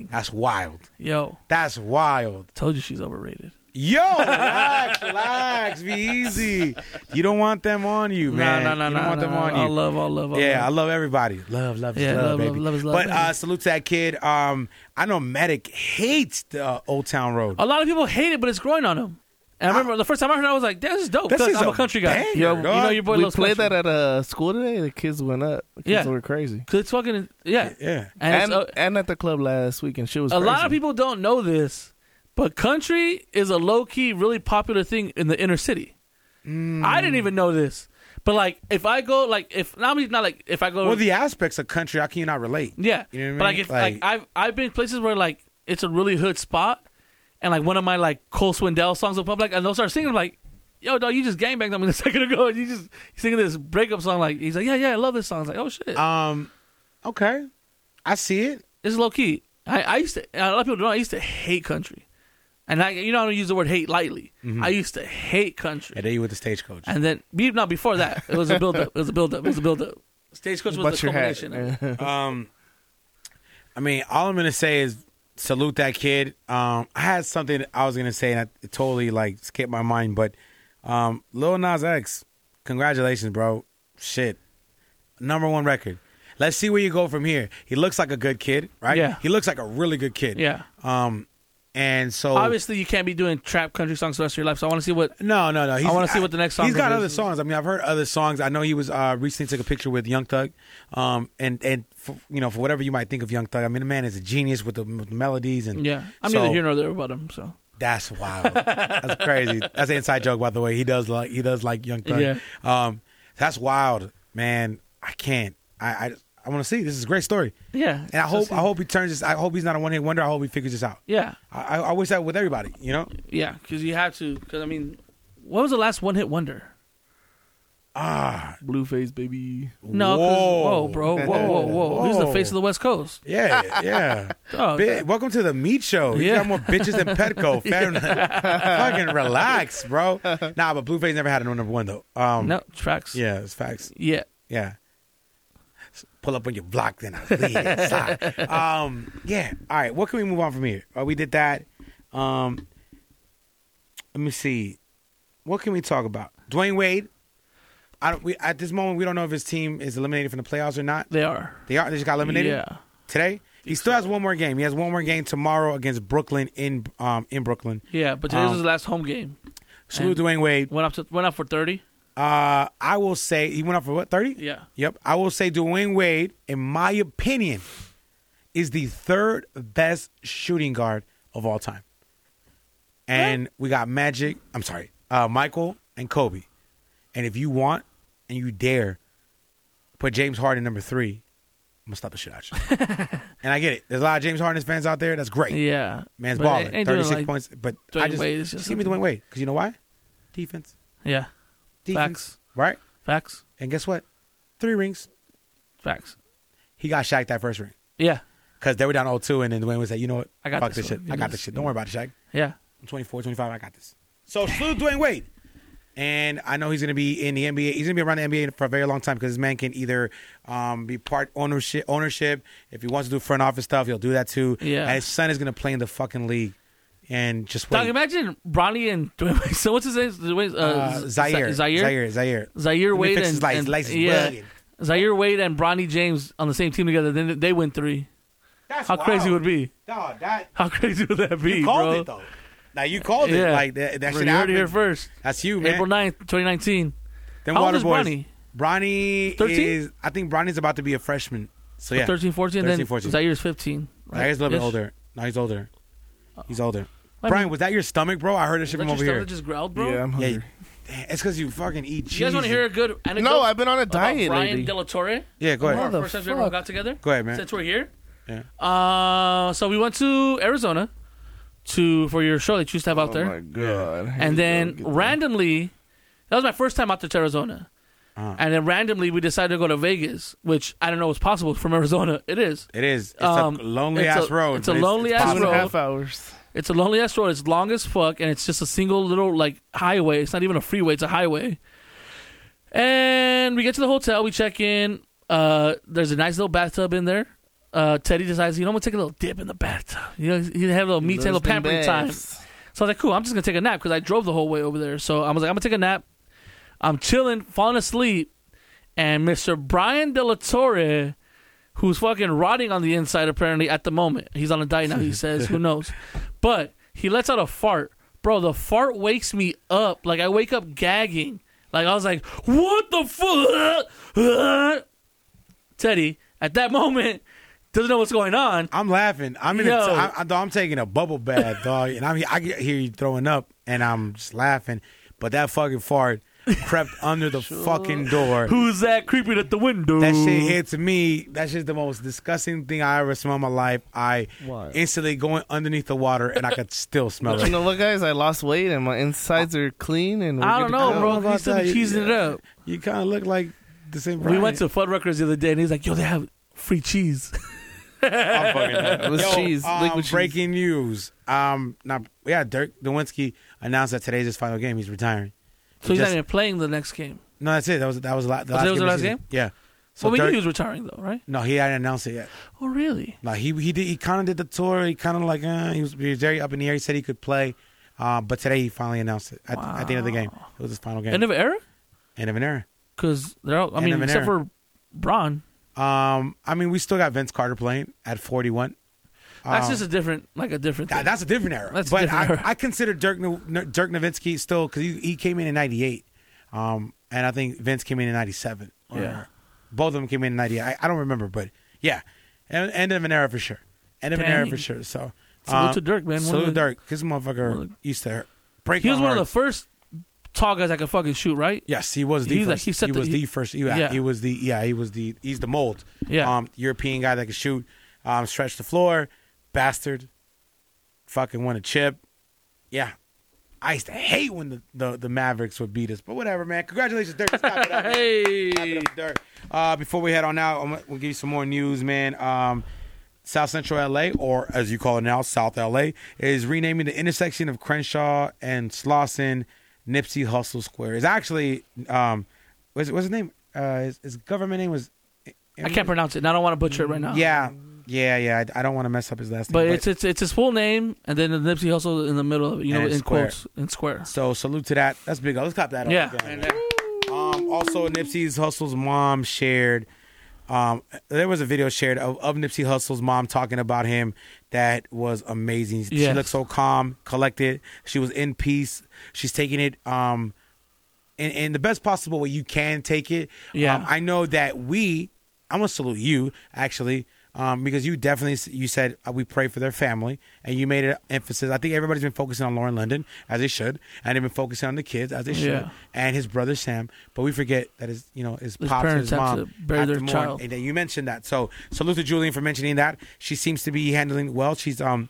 Dang. That's wild. Yo, That's wild. told you she's overrated. Yo, relax, relax, be easy. You don't want them on you, man. no, no, you no, don't want no, them no. on you. All love, all love, all Yeah, I love. love everybody. Love, love, is Yeah, love, love, love, baby. love is love, but uh, baby. salute to that kid. Um, I know Medic hates the uh, Old Town Road. A lot of people hate it, but it's growing on them. And I remember the first time I heard, it, I was like, "This is dope." This 'cause is I'm a a country guy. banger, Yo, you dog. know your boy we loves played country. that at uh, school today. The kids went up. The kids Yeah. were crazy. 'Cause it's fucking yeah. Yeah. And, it's, And uh, and at the club last week, and she was a lot crazy. of people don't know this, but country is a low key, really popular thing in the inner city. I Mm. didn't even know this, but like if I go, like if not, I mean, not like if I go, Well, the aspects of country, I cannot relate. yeah, You know what I but like mean? if like, Like- I've I've been places where like it's a really hood spot, and like one of my like Cole Swindell songs will pop like and they'll start singing I'm like. Yo, dog, you just gangbanged on me a second ago. And you just singing this breakup song. Like he's like, yeah, yeah, I love this song. It's like, oh shit, Um, okay, I see it. It's low key. I, I used to. A lot of people don't. know, I used to hate country, and I you know I don't use the word hate lightly. I used to hate country, Mm-hmm. And then you with the stagecoach. and then be- not before that. It was a build up. It was a build up. It was a build up. Stagecoach was But the your hat. culmination. of it. Um, I mean, all I'm gonna say is salute that kid. Um, I had something I was gonna say and I it totally like skipped my mind, but um, Lil Nas X, congratulations, bro. Shit, number one record. Let's see where you go from here. He looks like a good kid, right? Yeah. He looks like a really good kid. Yeah. Um, and so Obviously, you can't be doing trap country songs the rest of your life. So I want to see what. no, no, no. He's, wanna see what the next song He's got is. other songs. I mean, I've heard other songs. I know he was uh, recently took a picture with Young Thug, um, and and for, you know for whatever you might think of Young Thug, I mean, the man is a genius with the, with the melodies and Yeah, I'm so, neither here nor there about him. So That's wild. that's crazy. That's an inside joke, by the way. He does like he does like Young Thug. Yeah. Um, that's wild, man. I can't. I I, I want to see. This is a great story, yeah, and I hope so- I hope he turns this. I hope he's not a one hit wonder. I hope he figures this out. Yeah, I, I I wish that with everybody. You know. yeah, because you have to. Because I mean, what was the last one hit wonder? Ah. Blueface baby. No, 'cause- Whoa. whoa, bro, whoa, whoa, whoa, He was the Whoa. face of the West Coast. Yeah, yeah. Dog. Bi- welcome to the meat show. You Yeah. got more bitches than Petco. Fair enough. Fucking relax, bro. Nah, but Blueface never had a number one though. Um, No tracks. Yeah, it's facts. yeah. Yeah. S- Pull up on your block, then I leave. inside. um, yeah. All right. What can we move on from here? Uh, we did that. Um, let me see. What can we talk about? Dwayne Wade. I don't. We at this moment we don't know if his team is eliminated from the playoffs or not. They are. They are. They just got eliminated Yeah. today. He still has one more game. He has one more game tomorrow against Brooklyn in um in Brooklyn. Yeah, but today Um, was his last home game. Salute Dwayne Wade. Went up to went up for thirty. Uh, I will say he went up for what thirty. Yeah. Yep. I will say Dwayne Wade, in my opinion, is the third best shooting guard of all time. And we got Magic. I'm sorry, uh, Michael and Kobe. And if you want and you dare, put James Harden number three. I'm gonna stop the shit out you. and I get it. There's a lot of James Harden fans out there. That's great. Yeah, Man's But balling. ain't doing 36 like- points. But I Dwayne just, Wade is just just give me Dwayne Wade. Because you know why? Defense. Yeah, Defense. Facts. Right? facts, And guess what? Three rings. facts. He got Shaq that first ring. Yeah, Because they were down 0-2, and then Dwayne was like, you know what? I got Fuck this this shit. one. I You got just- this shit. Don't worry about it, Shaq. yeah, I'm 24, 25. I got this. So salute Dwayne Wade. And I know he's going to be in the NBA. He's going to be around the NBA for a very long time because this man can either um, be part ownership. Ownership. If he wants to do front office stuff, he'll do that too. Yeah. And his son is going to play in the fucking league. And just Dog, wait. imagine Bronny and Dwayne. Wade. So what's his name? Dwayne, uh, Uh, Zaire. Z- Zaire, Zaire. Zaire. Zaire Let me Wade fix and, his lights. and- Lights is yeah, bugging. Zaire Wade and Bronny James on the same team together. Then they win three. That's How crazy wild. would it be? Dog, that How crazy would that be, you called bro? it though. Now you called it Yeah. like that. That Bro, shit you heard it happened. here first. That's you, man. April 9th, twenty nineteen. Them How old water is boys. Bronny? Bronny 13? is. I think Bronny's about to be a freshman. So yeah, 13, 14, 13, then 14. Zaire's 15. Now he's a little bit older. Now he's older. Uh, He's older. Brian, was that your stomach, bro? I heard it shit from That over your here. stomach just growled, bro? Yeah, Yeah, I'm hungry. you- damn, it's because you fucking eat cheese. You guys want to hear a good anecdote? No, I've been on a about diet Brian lately. De La Torre. Yeah, go Our ahead. Mother- first time we ever fuck. got together. Go ahead, man. Since we're here. Yeah. Uh, so we went to Arizona to for your show that you used to have out Oh there. my god. Here we and then go. Get randomly, that was my first time out to Arizona. Uh-huh. And then randomly, we decided to go to Vegas, which I don't know was possible from Arizona. It is. It is. It's Um, a lonely it's a- ass road. it's a but lonely ass Two possible. and a road. half hours. It's a lonely ass road. It's long as fuck, and it's just a single little like highway. It's not even a freeway. It's a highway. And we get to the hotel. We check in. Uh, there's a nice little bathtub in there. Uh, Teddy decides, you know, I'm gonna take a little dip in the bathtub. You know, he had a little me time, a little Those them pampering time. baths. So I was like, cool, I'm just gonna take a nap because I drove the whole way over there. So I was like, I'm gonna take a nap. I'm chilling, falling asleep, and Mr. Brian De La Torre, who's fucking rotting on the inside apparently at the moment. He's on a diet now, he says, who knows. But he lets out a fart. Bro, the fart wakes me up. Like I wake up gagging. Like I was like, what the fuck? Teddy, at that moment, doesn't know what's going on. I'm laughing. I'm in. A, Yo. I, I, dog, I'm taking a bubble bath, dog, and I'm. I can hear you throwing up, and I'm just laughing. But that fucking fart crept under the fucking door. Who's that creeping at the window? That shit hit to me. That's just the most disgusting thing I ever smell in my life. I Why? instantly going underneath the water, and I could still smell You it. know what, guys? I lost weight and my insides are clean. And we're I don't good to know, go. I don't know bro. about He's still that. cheesing it up. You kind of look like the same. We went to Fuddruckers the other day, and he's like, "Yo, they have free cheese." I'm fucking It was Yo, cheese, um, liquid cheese. breaking news. Um, now, yeah, Dirk Nowinski announced that today's his final game. He's retiring. so he's Just- not even playing the next game. No, that's it. That was that was la- the last that Oh, game. was the of last season. game? Yeah. well, we Dirk- knew he was retiring though, right? no, he hadn't announced it yet. Oh, really? Like he he did he kind of did the tour. He kind of like uh, he, was, he was very up in the air. He said he could play, uh, but today he finally announced it at, at the end of the game. It was his final game. End of era? End of an era. Because they're all. I End of an mean, era. except for Braun, Um, I mean, we still got Vince Carter playing at 41. that's just a different, like a different. Oh. That- thing. that's a different era. That's a but different I, era. I consider Dirk No- No- Dirk Nowitzki still because he, he came in in '98, um, and I think Vince came in in '97. Yeah. both of them came in in '98. I, I don't remember, but yeah, end, end of an era for sure. End of an era Dang. for sure. So uh, Salute to Dirk, man. One Salute of to the- Dirk. This motherfucker used to break. he my was one of the heart. first tall guys that could fucking shoot, right? Yes, he was the He's first. like- he he, set the- was he- the first. He, yeah, yeah. he was the yeah. He was the he's the mold. Yeah. um, European guy that could shoot, um, stretch the floor, bastard, fucking win a chip. Yeah, I used to hate when the, the, the Mavericks would beat us, but whatever, man. Congratulations, Dirk. Let's clap it up, man. Clap it Hey. up, Dirk. Uh, before we head on out, I'm, gonna- we'll give you some more news, man. Um, South Central LA, or as you call it now, South LA, is renaming the intersection of Crenshaw and Slauson Nipsey Hustle Square. It's actually, um, what's, what's his name? Uh, his, his government name was. I can't pronounce it, and I don't want to butcher it right now. Yeah, yeah, yeah. I, I don't want to mess up his last Um, But name. it's it's it's his full name, and then the Nipsey Hussle in the middle of it, you And know, it's in square. quotes, in square. so salute to that. That's big. Let's clap that up. Yeah. Um, also, Nipsey's Hustle's mom shared. Um, there was a video shared of, of Nipsey Hustle's mom talking about him that was amazing. She Yes. looked so calm, collected. She was in peace. She's taking it um, in, in the best possible way you can take it. Yeah. Um, I know that we, I'm gonna salute you actually, um, because you definitely s- you said uh, we pray for their family, and you made an emphasis. I think everybody's been focusing on Lauren London as they should, and they've been focusing on the kids as they should, Yeah. and his brother Sam. But we forget that his you know his, His pops and parents his have mom to bury have their to mourn. child. And then you mentioned that, so salute to Julian for mentioning that. She seems to be handling well. She's um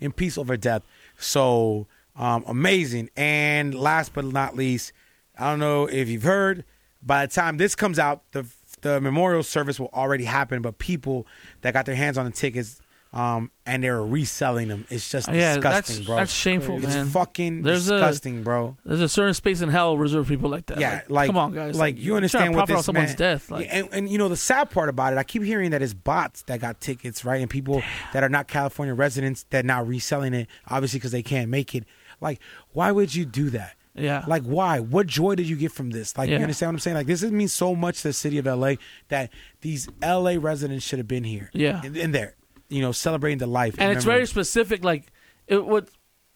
in peace over death. So um, amazing. And last but not least, I don't know if you've heard. By the time this comes out, the the memorial service will already happen. But people that got their hands on the tickets um, and they're reselling them, it's just yeah, disgusting, that's bro. that's shameful, it's man. fucking There's a- disgusting, bro. There's a certain space in hell reserved for people like that. Yeah, like come on, guys. Like you you're understand trying to what profit this on someone's man- death. Like, Yeah, and, and you know the sad part about it, I keep hearing that it's bots that got tickets, right? And people that are not California residents that now reselling it, obviously because they can't make it. Like, why would you do that? Yeah. Like, why? What joy did you get from this? Like, you Yeah. understand what I'm saying? Like, this is- means so much to the city of LA that these LA residents should have been here. Yeah. In, in there, you know, celebrating the life. and it's very memory. specific. Like it would,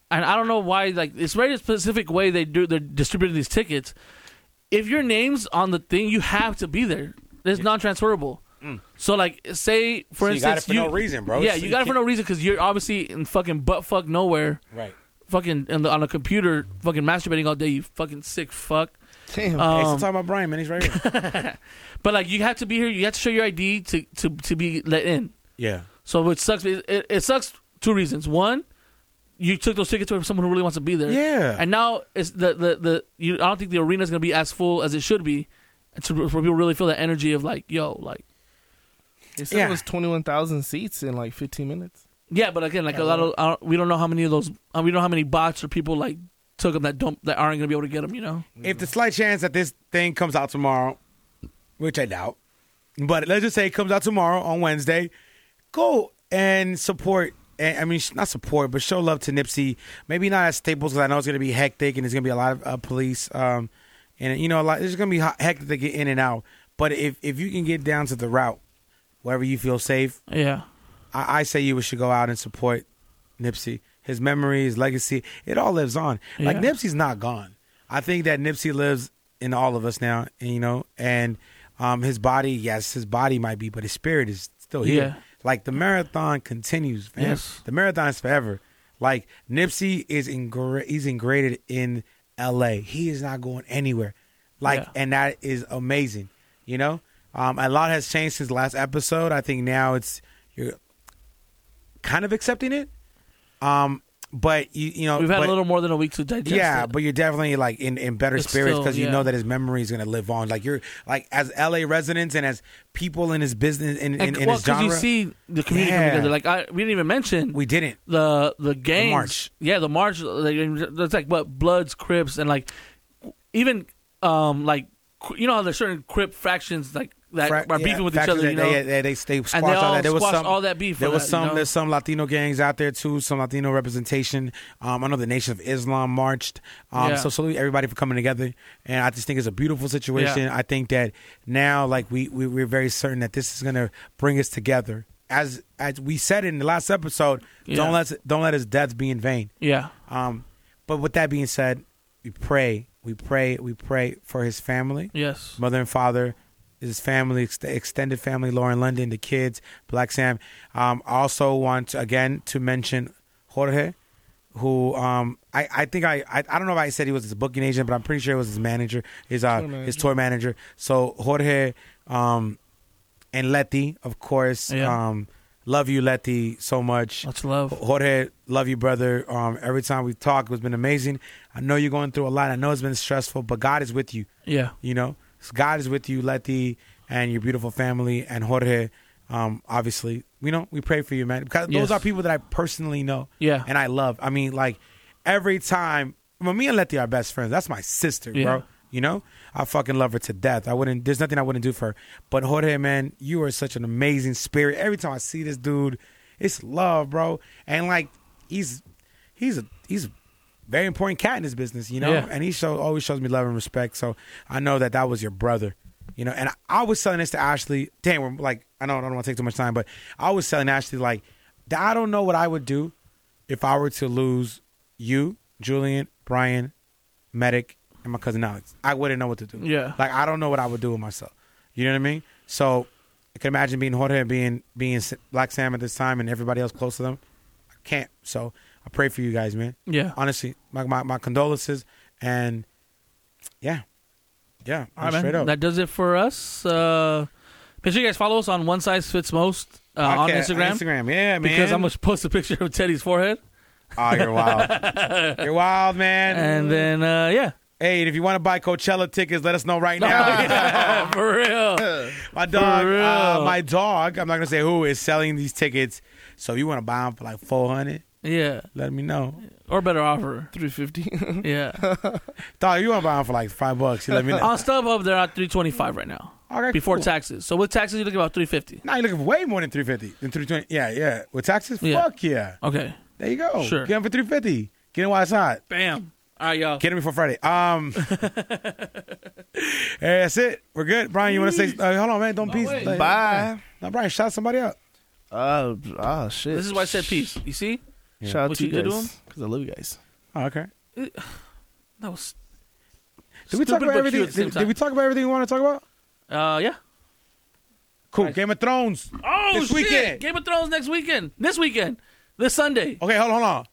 and I don't know why. Like it's very specific way they do. They're distributing these tickets. if your name's on the thing, you have to be there. It's non-transferable. So like, say for Mm. So you instance, got it for no reason, bro. Yeah, So you you got it for can't- no reason because you're obviously in fucking butt fuck nowhere, Right. fucking in the, on a computer, fucking masturbating all day. You fucking sick fuck. Damn. Hey, Um, stop talking about Brian, man. He's right here. but like, you have to be here. You have to show your ID to to to be let in. yeah. So it sucks. It, it, it sucks. Two reasons. One, you took those tickets away from someone who really wants to be there. Yeah. And now it's the the, the you, I don't think the arena's gonna be as full as it should be, to, for people to really feel that energy of like, yo, like, it said yeah. it was twenty one thousand seats in like fifteen minutes. yeah. But again, like a lot of I don't, we don't know how many of those uh, we don't know how many bots or people like took them that don't that aren't gonna be able to get them. You know. if the slight chance that this thing comes out tomorrow, which I doubt, but let's just say it comes out tomorrow on Wednesday, go and support. And, I mean, sh- not support, but show love to Nipsey. Maybe not at Staples because I know it's going to be hectic and there's going to be a lot of uh, police. Um, and you know, a lot. There's going to be ho- hectic to get in and out. But if if you can get down to the route, wherever you feel safe, Yeah. I, I say you should go out and support Nipsey. His memory, his legacy, it all lives on. Like Yeah. Nipsey's not gone. I think that Nipsey lives in all of us now, and, you know, and um, his body, yes, his body might be, but his spirit is still here. Yeah. Like the marathon continues, man. Yes. The marathon is forever. Like Nipsey is ingra- he's ingrained in L.A. He is not going anywhere. Like, Yeah. and that is amazing. You know, um, a lot has changed since last episode. I think now it's you're kind of accepting it. Um, but you you know We've had but- a little more than a week to digest. yeah, it. but you're definitely like in, in better It's spirits still- because yeah. you know that his memory is going to live on. Like you're like as LA residents and as people in his business in, in, and, in well, his 'cause genre. you see the community come Yeah. together. Like I, we didn't even mention we didn't. the the gangs. march. Yeah, the march. Like, it's like what Bloods, Crips, and like even um like qu- you know how there's certain Crip factions like that Fra- are yeah, beefing with each factions other. You that know, They, they, they, they squashed they all all that. There was squashed some all that beef for There was that, you some. know? There's some Latino gangs out there too. Some Latino representation. Um, I know the Nation of Islam marched. Um, Yeah. So salute everybody for coming together. And I just think it's a beautiful situation. I think that now, like we, we we're very certain that this is gonna bring us together. As as we said in the last episode, Yeah. don't let don't let his death be in vain. Yeah, Um, but with that being said, we pray, we pray, we pray for his family yes, mother and father, his family, ex- extended family, Lauren London, the kids, Black Sam. Um, I also want again to mention Jorge, who um, I, I think I, I I don't know if I said he was his booking agent, but I'm pretty sure it was his manager, his uh his tour manager. So Jorge um, and Letty, of course, Yeah. um, love you Letty so much. Much love. Jorge, love you, brother. Um, every time we talk, it's been amazing. I know you're going through a lot. I know it's been stressful, but God is with you. yeah, You know, So God is with you, Letty, and your beautiful family, and Jorge. Um, obviously, we know we pray for you, man, because Yes. those are people that I personally know. Yeah. and I love. I mean, like every time, well, me and Letty are best friends. That's my sister, Yeah. bro. You know, I fucking love her to death. I wouldn't. There's nothing I wouldn't do for her. But Jorge, man, you are such an amazing spirit. Every time I see this dude, it's love, bro. And like, he's he's a he's a very important cat in this business, you know. Yeah. And he show, always shows me love and respect. So I know that that was your brother, you know. And I, I was telling this to Ashley. Damn, we're like I know I don't want to take too much time, but I was telling Ashley like that I don't know what I would do if I were to lose you, Julian, Brian, Medic, and my cousin Alex. I wouldn't know what to do. Yeah. like I don't know what I would do with myself. You know what I mean? So I can imagine being Jorge and being being Black Sam at this time, and everybody else close to them. I can't. So I pray for you guys, man yeah. honestly, my, my, my condolences and yeah, yeah, All right, man. straight up. That does it for us. Uh, make sure you guys follow us on One Size Fits Most uh, on Okay, Instagram. Instagram, yeah, man. Because I'm gonna post a picture of Teddy's forehead, oh, you're wild, you're wild, man. and then uh, yeah, hey, if you want to buy Coachella tickets, let us know right now. for real, my dog, For real. uh, my dog. I'm not gonna say who is selling these tickets. So if you want to buy them for like 400, yeah, let me know. or better offer, Three fifty. yeah. Dog, if you want to buy them for like five bucks, you let me know. on StubHub, they're at 325 right now. Okay, before cool. taxes. So with taxes, you look about 350. Now you're looking for way more than 350 than 320. Yeah, yeah. With taxes, Yeah. fuck yeah. Okay. There you go. Sure. Get them for 350. Get them while it's hot. Bam. All right, y'all. Get him before Friday. Um, hey, that's it. We're good. Brian, you want to say? Uh, hold on, man. Don't peace. wait. Like, Bye. Now, Brian, shout somebody out. Oh, oh shit. this is why I said peace. You see? Shout out What to you you did to guys because I love you guys. Oh, okay. That was Did we talk about Stupid, but everything? cute at the same Did, did we talk about everything we want to talk about? Uh, yeah. Cool. Game of Thrones. Oh This shit! weekend. Game of Thrones next weekend. This weekend. This Sunday. Okay, hold on, hold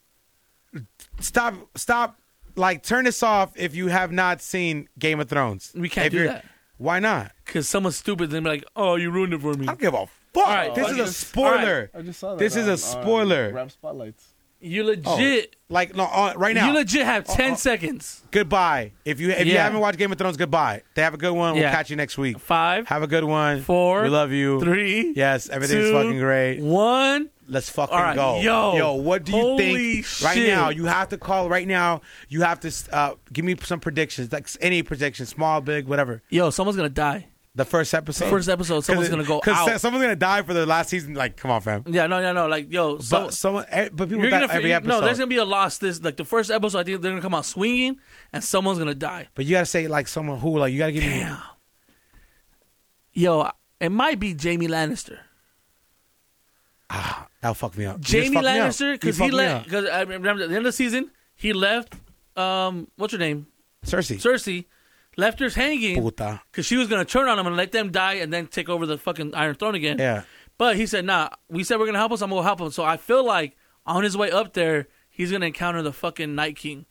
on. Stop, stop. Like, turn this off if you have not seen Game of Thrones. We can't If do you're- that. Why not? Because someone's stupid, then be like, "Oh, you ruined it for me." I don't give a fuck. right, this I is a just- spoiler. I just saw that. This is on, a spoiler. On rap spotlights. You Oh, legit. Like, no, uh, right now. You legit have ten seconds. goodbye. If you if you Yeah. haven't watched Game of Thrones, goodbye. They have a good one. We'll Yeah. catch you next week. Five, Have a good one. Four, We love you. three, Yes, everything's two, fucking great. One. Let's fucking All right, go. yo. yo, what do you Holy think right shit. now? You have to call right now. You have to uh, give me some predictions, like any prediction, small, big, whatever. Yo, someone's gonna die. The first episode. First episode, someone's gonna go Because out. someone's gonna die for the last season. Like, come on, fam. Yeah, no, no, no. Like, yo, so but someone, eh, but people you're die gonna every you- episode. no. There's gonna be a loss. This like the first episode. I think they're gonna come out swinging, and someone's gonna die. but you gotta say like someone who, like, you gotta give me. Damn. Yo, it might be Jamie Lannister. That'll fuck me up. You just Jamie fucked me up. Lannister, You because he fucked me left. up. Because I remember at the end of the season, he left. Um, what's her name? Cersei. Cersei left her hanging Puta. because she was gonna turn on him and let them die and then take over the fucking Iron Throne again. Yeah. But he said, "Nah, we said we're gonna help us. I'm gonna help him." So I feel like on his way up there, he's gonna encounter the fucking Night King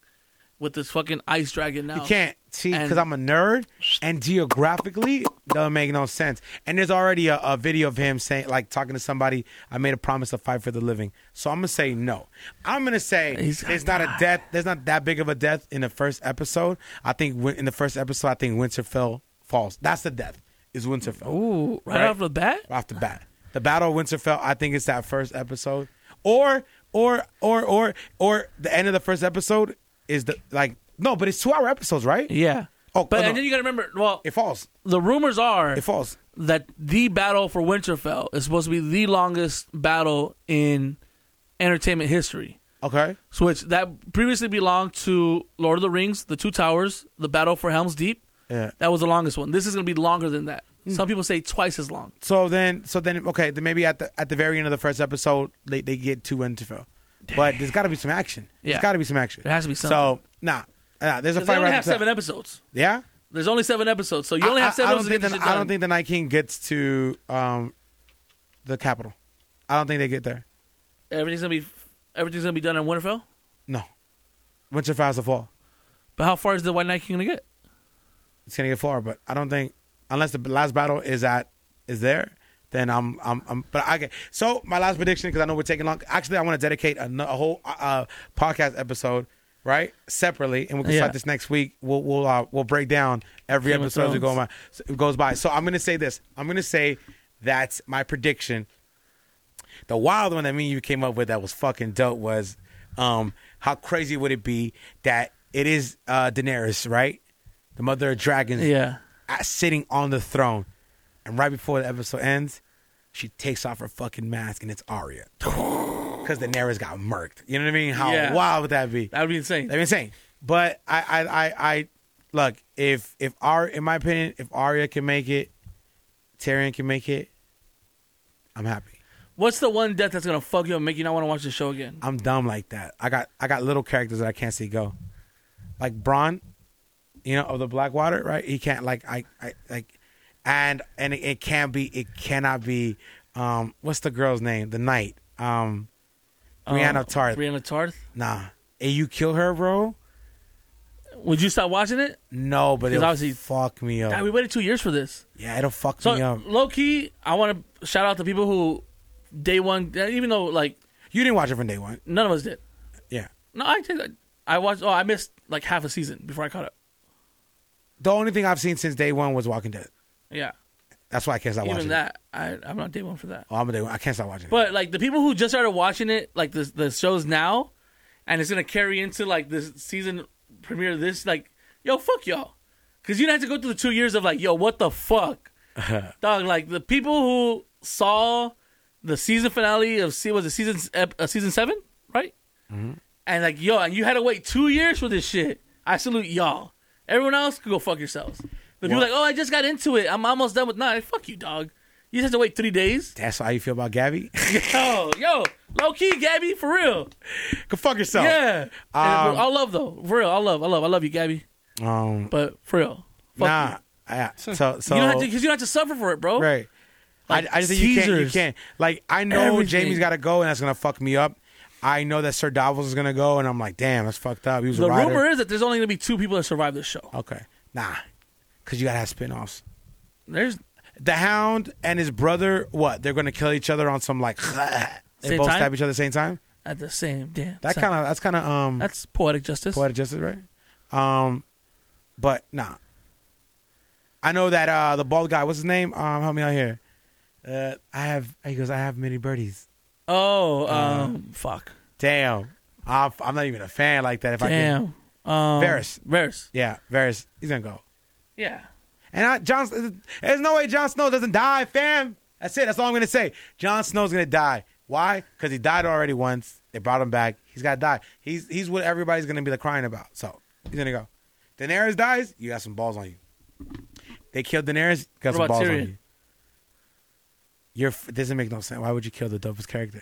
with this fucking ice dragon. Now You can't see And- because I'm a nerd, and geographically doesn't make no sense. And there's already a, a video of him saying, like, talking to somebody. I made a promise to fight for the living, so I'm gonna say no. I'm gonna say He's gonna there's not a die. death. There's not that big of a death in the first episode. I think win- in the first episode, I think Winterfell falls. That's the death. Is Winterfell Ooh, right, Right. off the bat. off the bat? The Battle of Winterfell. I think it's that first episode, or or or or or the end of the first episode is the like no, but it's two hour episodes, right? Yeah. Oh, but oh, no. and then you gotta remember. Well, It falls. the rumors are It falls. that the battle for Winterfell is supposed to be the longest battle in entertainment history. Okay. So it's that previously belonged to Lord of the Rings, The Two Towers, the battle for Helm's Deep. Yeah. That was the longest one. This is gonna be longer than that. Some people say twice as long. So then, so then, okay, then maybe at the at the very end of the first episode, they, they get two Winterfell, but there's got to be some action. Yeah. There's got to be some action. There has to be So something. nah, nah there's a Because they fight only right have after that. seven episodes. Yeah. There's only seven episodes, so you only I- have I- seven I don't episodes think to get the, this shit I don't done. think the Night King gets to um, the capital. I don't think they get there. everything's gonna be everything's gonna be done in Winterfell. No. Winterfell's a fall. But how far is the White Night King gonna get? It's gonna get far, but I don't think unless the last battle is at is there, then I'm I'm, I'm but I get so my last prediction because I know we're taking long. Actually, I want to dedicate a, no- a whole uh, podcast episode right separately, and we can Yeah. start this next week. We'll we'll uh, we'll break down every Game of episode as we go Thrones. by. It goes by. So I'm gonna say this. I'm gonna say that's my prediction. The wild one that me and you came up with that was fucking dope was um how crazy would it be that it is uh Daenerys, right? The mother of dragons Yeah. at- sitting on the throne. And right before the episode ends, she takes off her fucking mask and it's Arya. Cause Daenerys got murked. You know what I mean? How Yeah. wild would that be? That would be insane. That'd be insane. But I, I, I, I look if if Ar, in my opinion, if Arya can make it, Tyrion can make it, I'm happy. What's the one death that's gonna fuck you and make you not want to watch the show again? I'm dumb like that. I got I got little characters that I can't see go, like Braun, you know, of the Blackwater, right? He can't like I, I like, and and it, it can't be it cannot be, um, what's the girl's name? The knight, um, Brianna Um, Tarth. Brianna Tarth. nah, and you kill her, bro? Would you stop watching it? No, but 'Cause it'll obviously- fuck me up. God, we waited two years for this. yeah, it'll fuck So me up. low key, I want to shout out to people who day one, even though like You didn't watch it from day one. none of us did. Yeah. No, I did. I watched. Oh, I missed like half a season before I caught up. The only thing I've seen since day one was Walking Dead. Yeah, That's why I can't stop even watching it. that I, I'm not day one for that. Oh, I'm a day one. I can't stop watching it. But like the people who just started watching it, like the the shows now, and it's gonna carry into like this season premiere. This like, yo, fuck y'all, because you don't have to go through the two years of like, yo, what the fuck, dog. Like the people who saw the season finale of se- was it season ep- uh, season seven, right? And like, yo, and you had to wait two years for this shit. I salute y'all. Everyone else could go fuck yourselves. The Well- people like, oh, I just got into it. I'm almost done with. Nah, fuck you, dog. You just have to wait three days. That's how you feel about Gabby? Yo, yo, low key, Gabby, for real. Go fuck yourself. Yeah, Um, I love though, for real. I love, I love, I love you, Gabby. Um, But for real, fuck nah. you. I, so so you don't have to because you don't have to suffer for it, bro. Right. Like, I, I just think you can't. You Caesars. can't. Like I know Everything. Jamie's got to go, and that's gonna fuck me up. I know that Sir Davos is gonna go, and I'm like, damn, that's fucked up. He was The a Oh. rider. rumor is that there's only going to be two people that survive this show. okay, nah, because you gotta have spinoffs. There's The Hound and his brother, what? They're gonna kill each other on some like. they Same both time? stab each other at the same time. at the same damn. That time. kind of that's kind of um that's poetic justice. poetic justice, right? Um, but nah. I know that uh the bald guy. What's his name? Um, help me out here. Uh, I have. He goes. I have many birdies. Oh, um, Uh, fuck. Damn. I'm, I'm not even a fan like that. If I can, Damn. Um, Varys. Varys. yeah, Varys, he's gonna go. Yeah. And I, John, there's no way Jon Snow doesn't die, fam. That's it. That's all I'm gonna say. Jon Snow's gonna die. Why? Because he died already once. They brought him back. He's gotta die. He's he's what everybody's gonna be like crying about. So he's gonna go. Daenerys dies. You got some balls on you. They killed Daenerys. Got What some about balls Tyrion? on you. You're, f- it doesn't make no sense. Why would you kill the dopest character?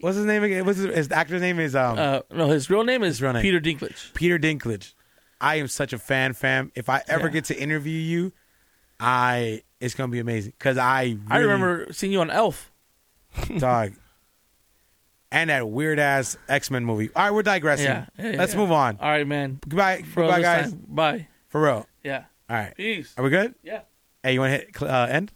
What's his name again? What's his, his actor's name is um Uh, no, his real name is His real name. Peter Dinklage. Peter Dinklage. I am such a fan, fam. If I ever Yeah. get to interview you, I it's gonna be amazing because I really, I remember seeing you on Elf. dog. And that weird ass X Men movie. All right, we're digressing. Yeah. Yeah, yeah, Let's yeah. move on. All right, man. Goodbye, For goodbye, this guys. time. Bye. For real. Yeah. All right, Peace. are we good? Yeah. Hey, you want to hit cl- uh, end?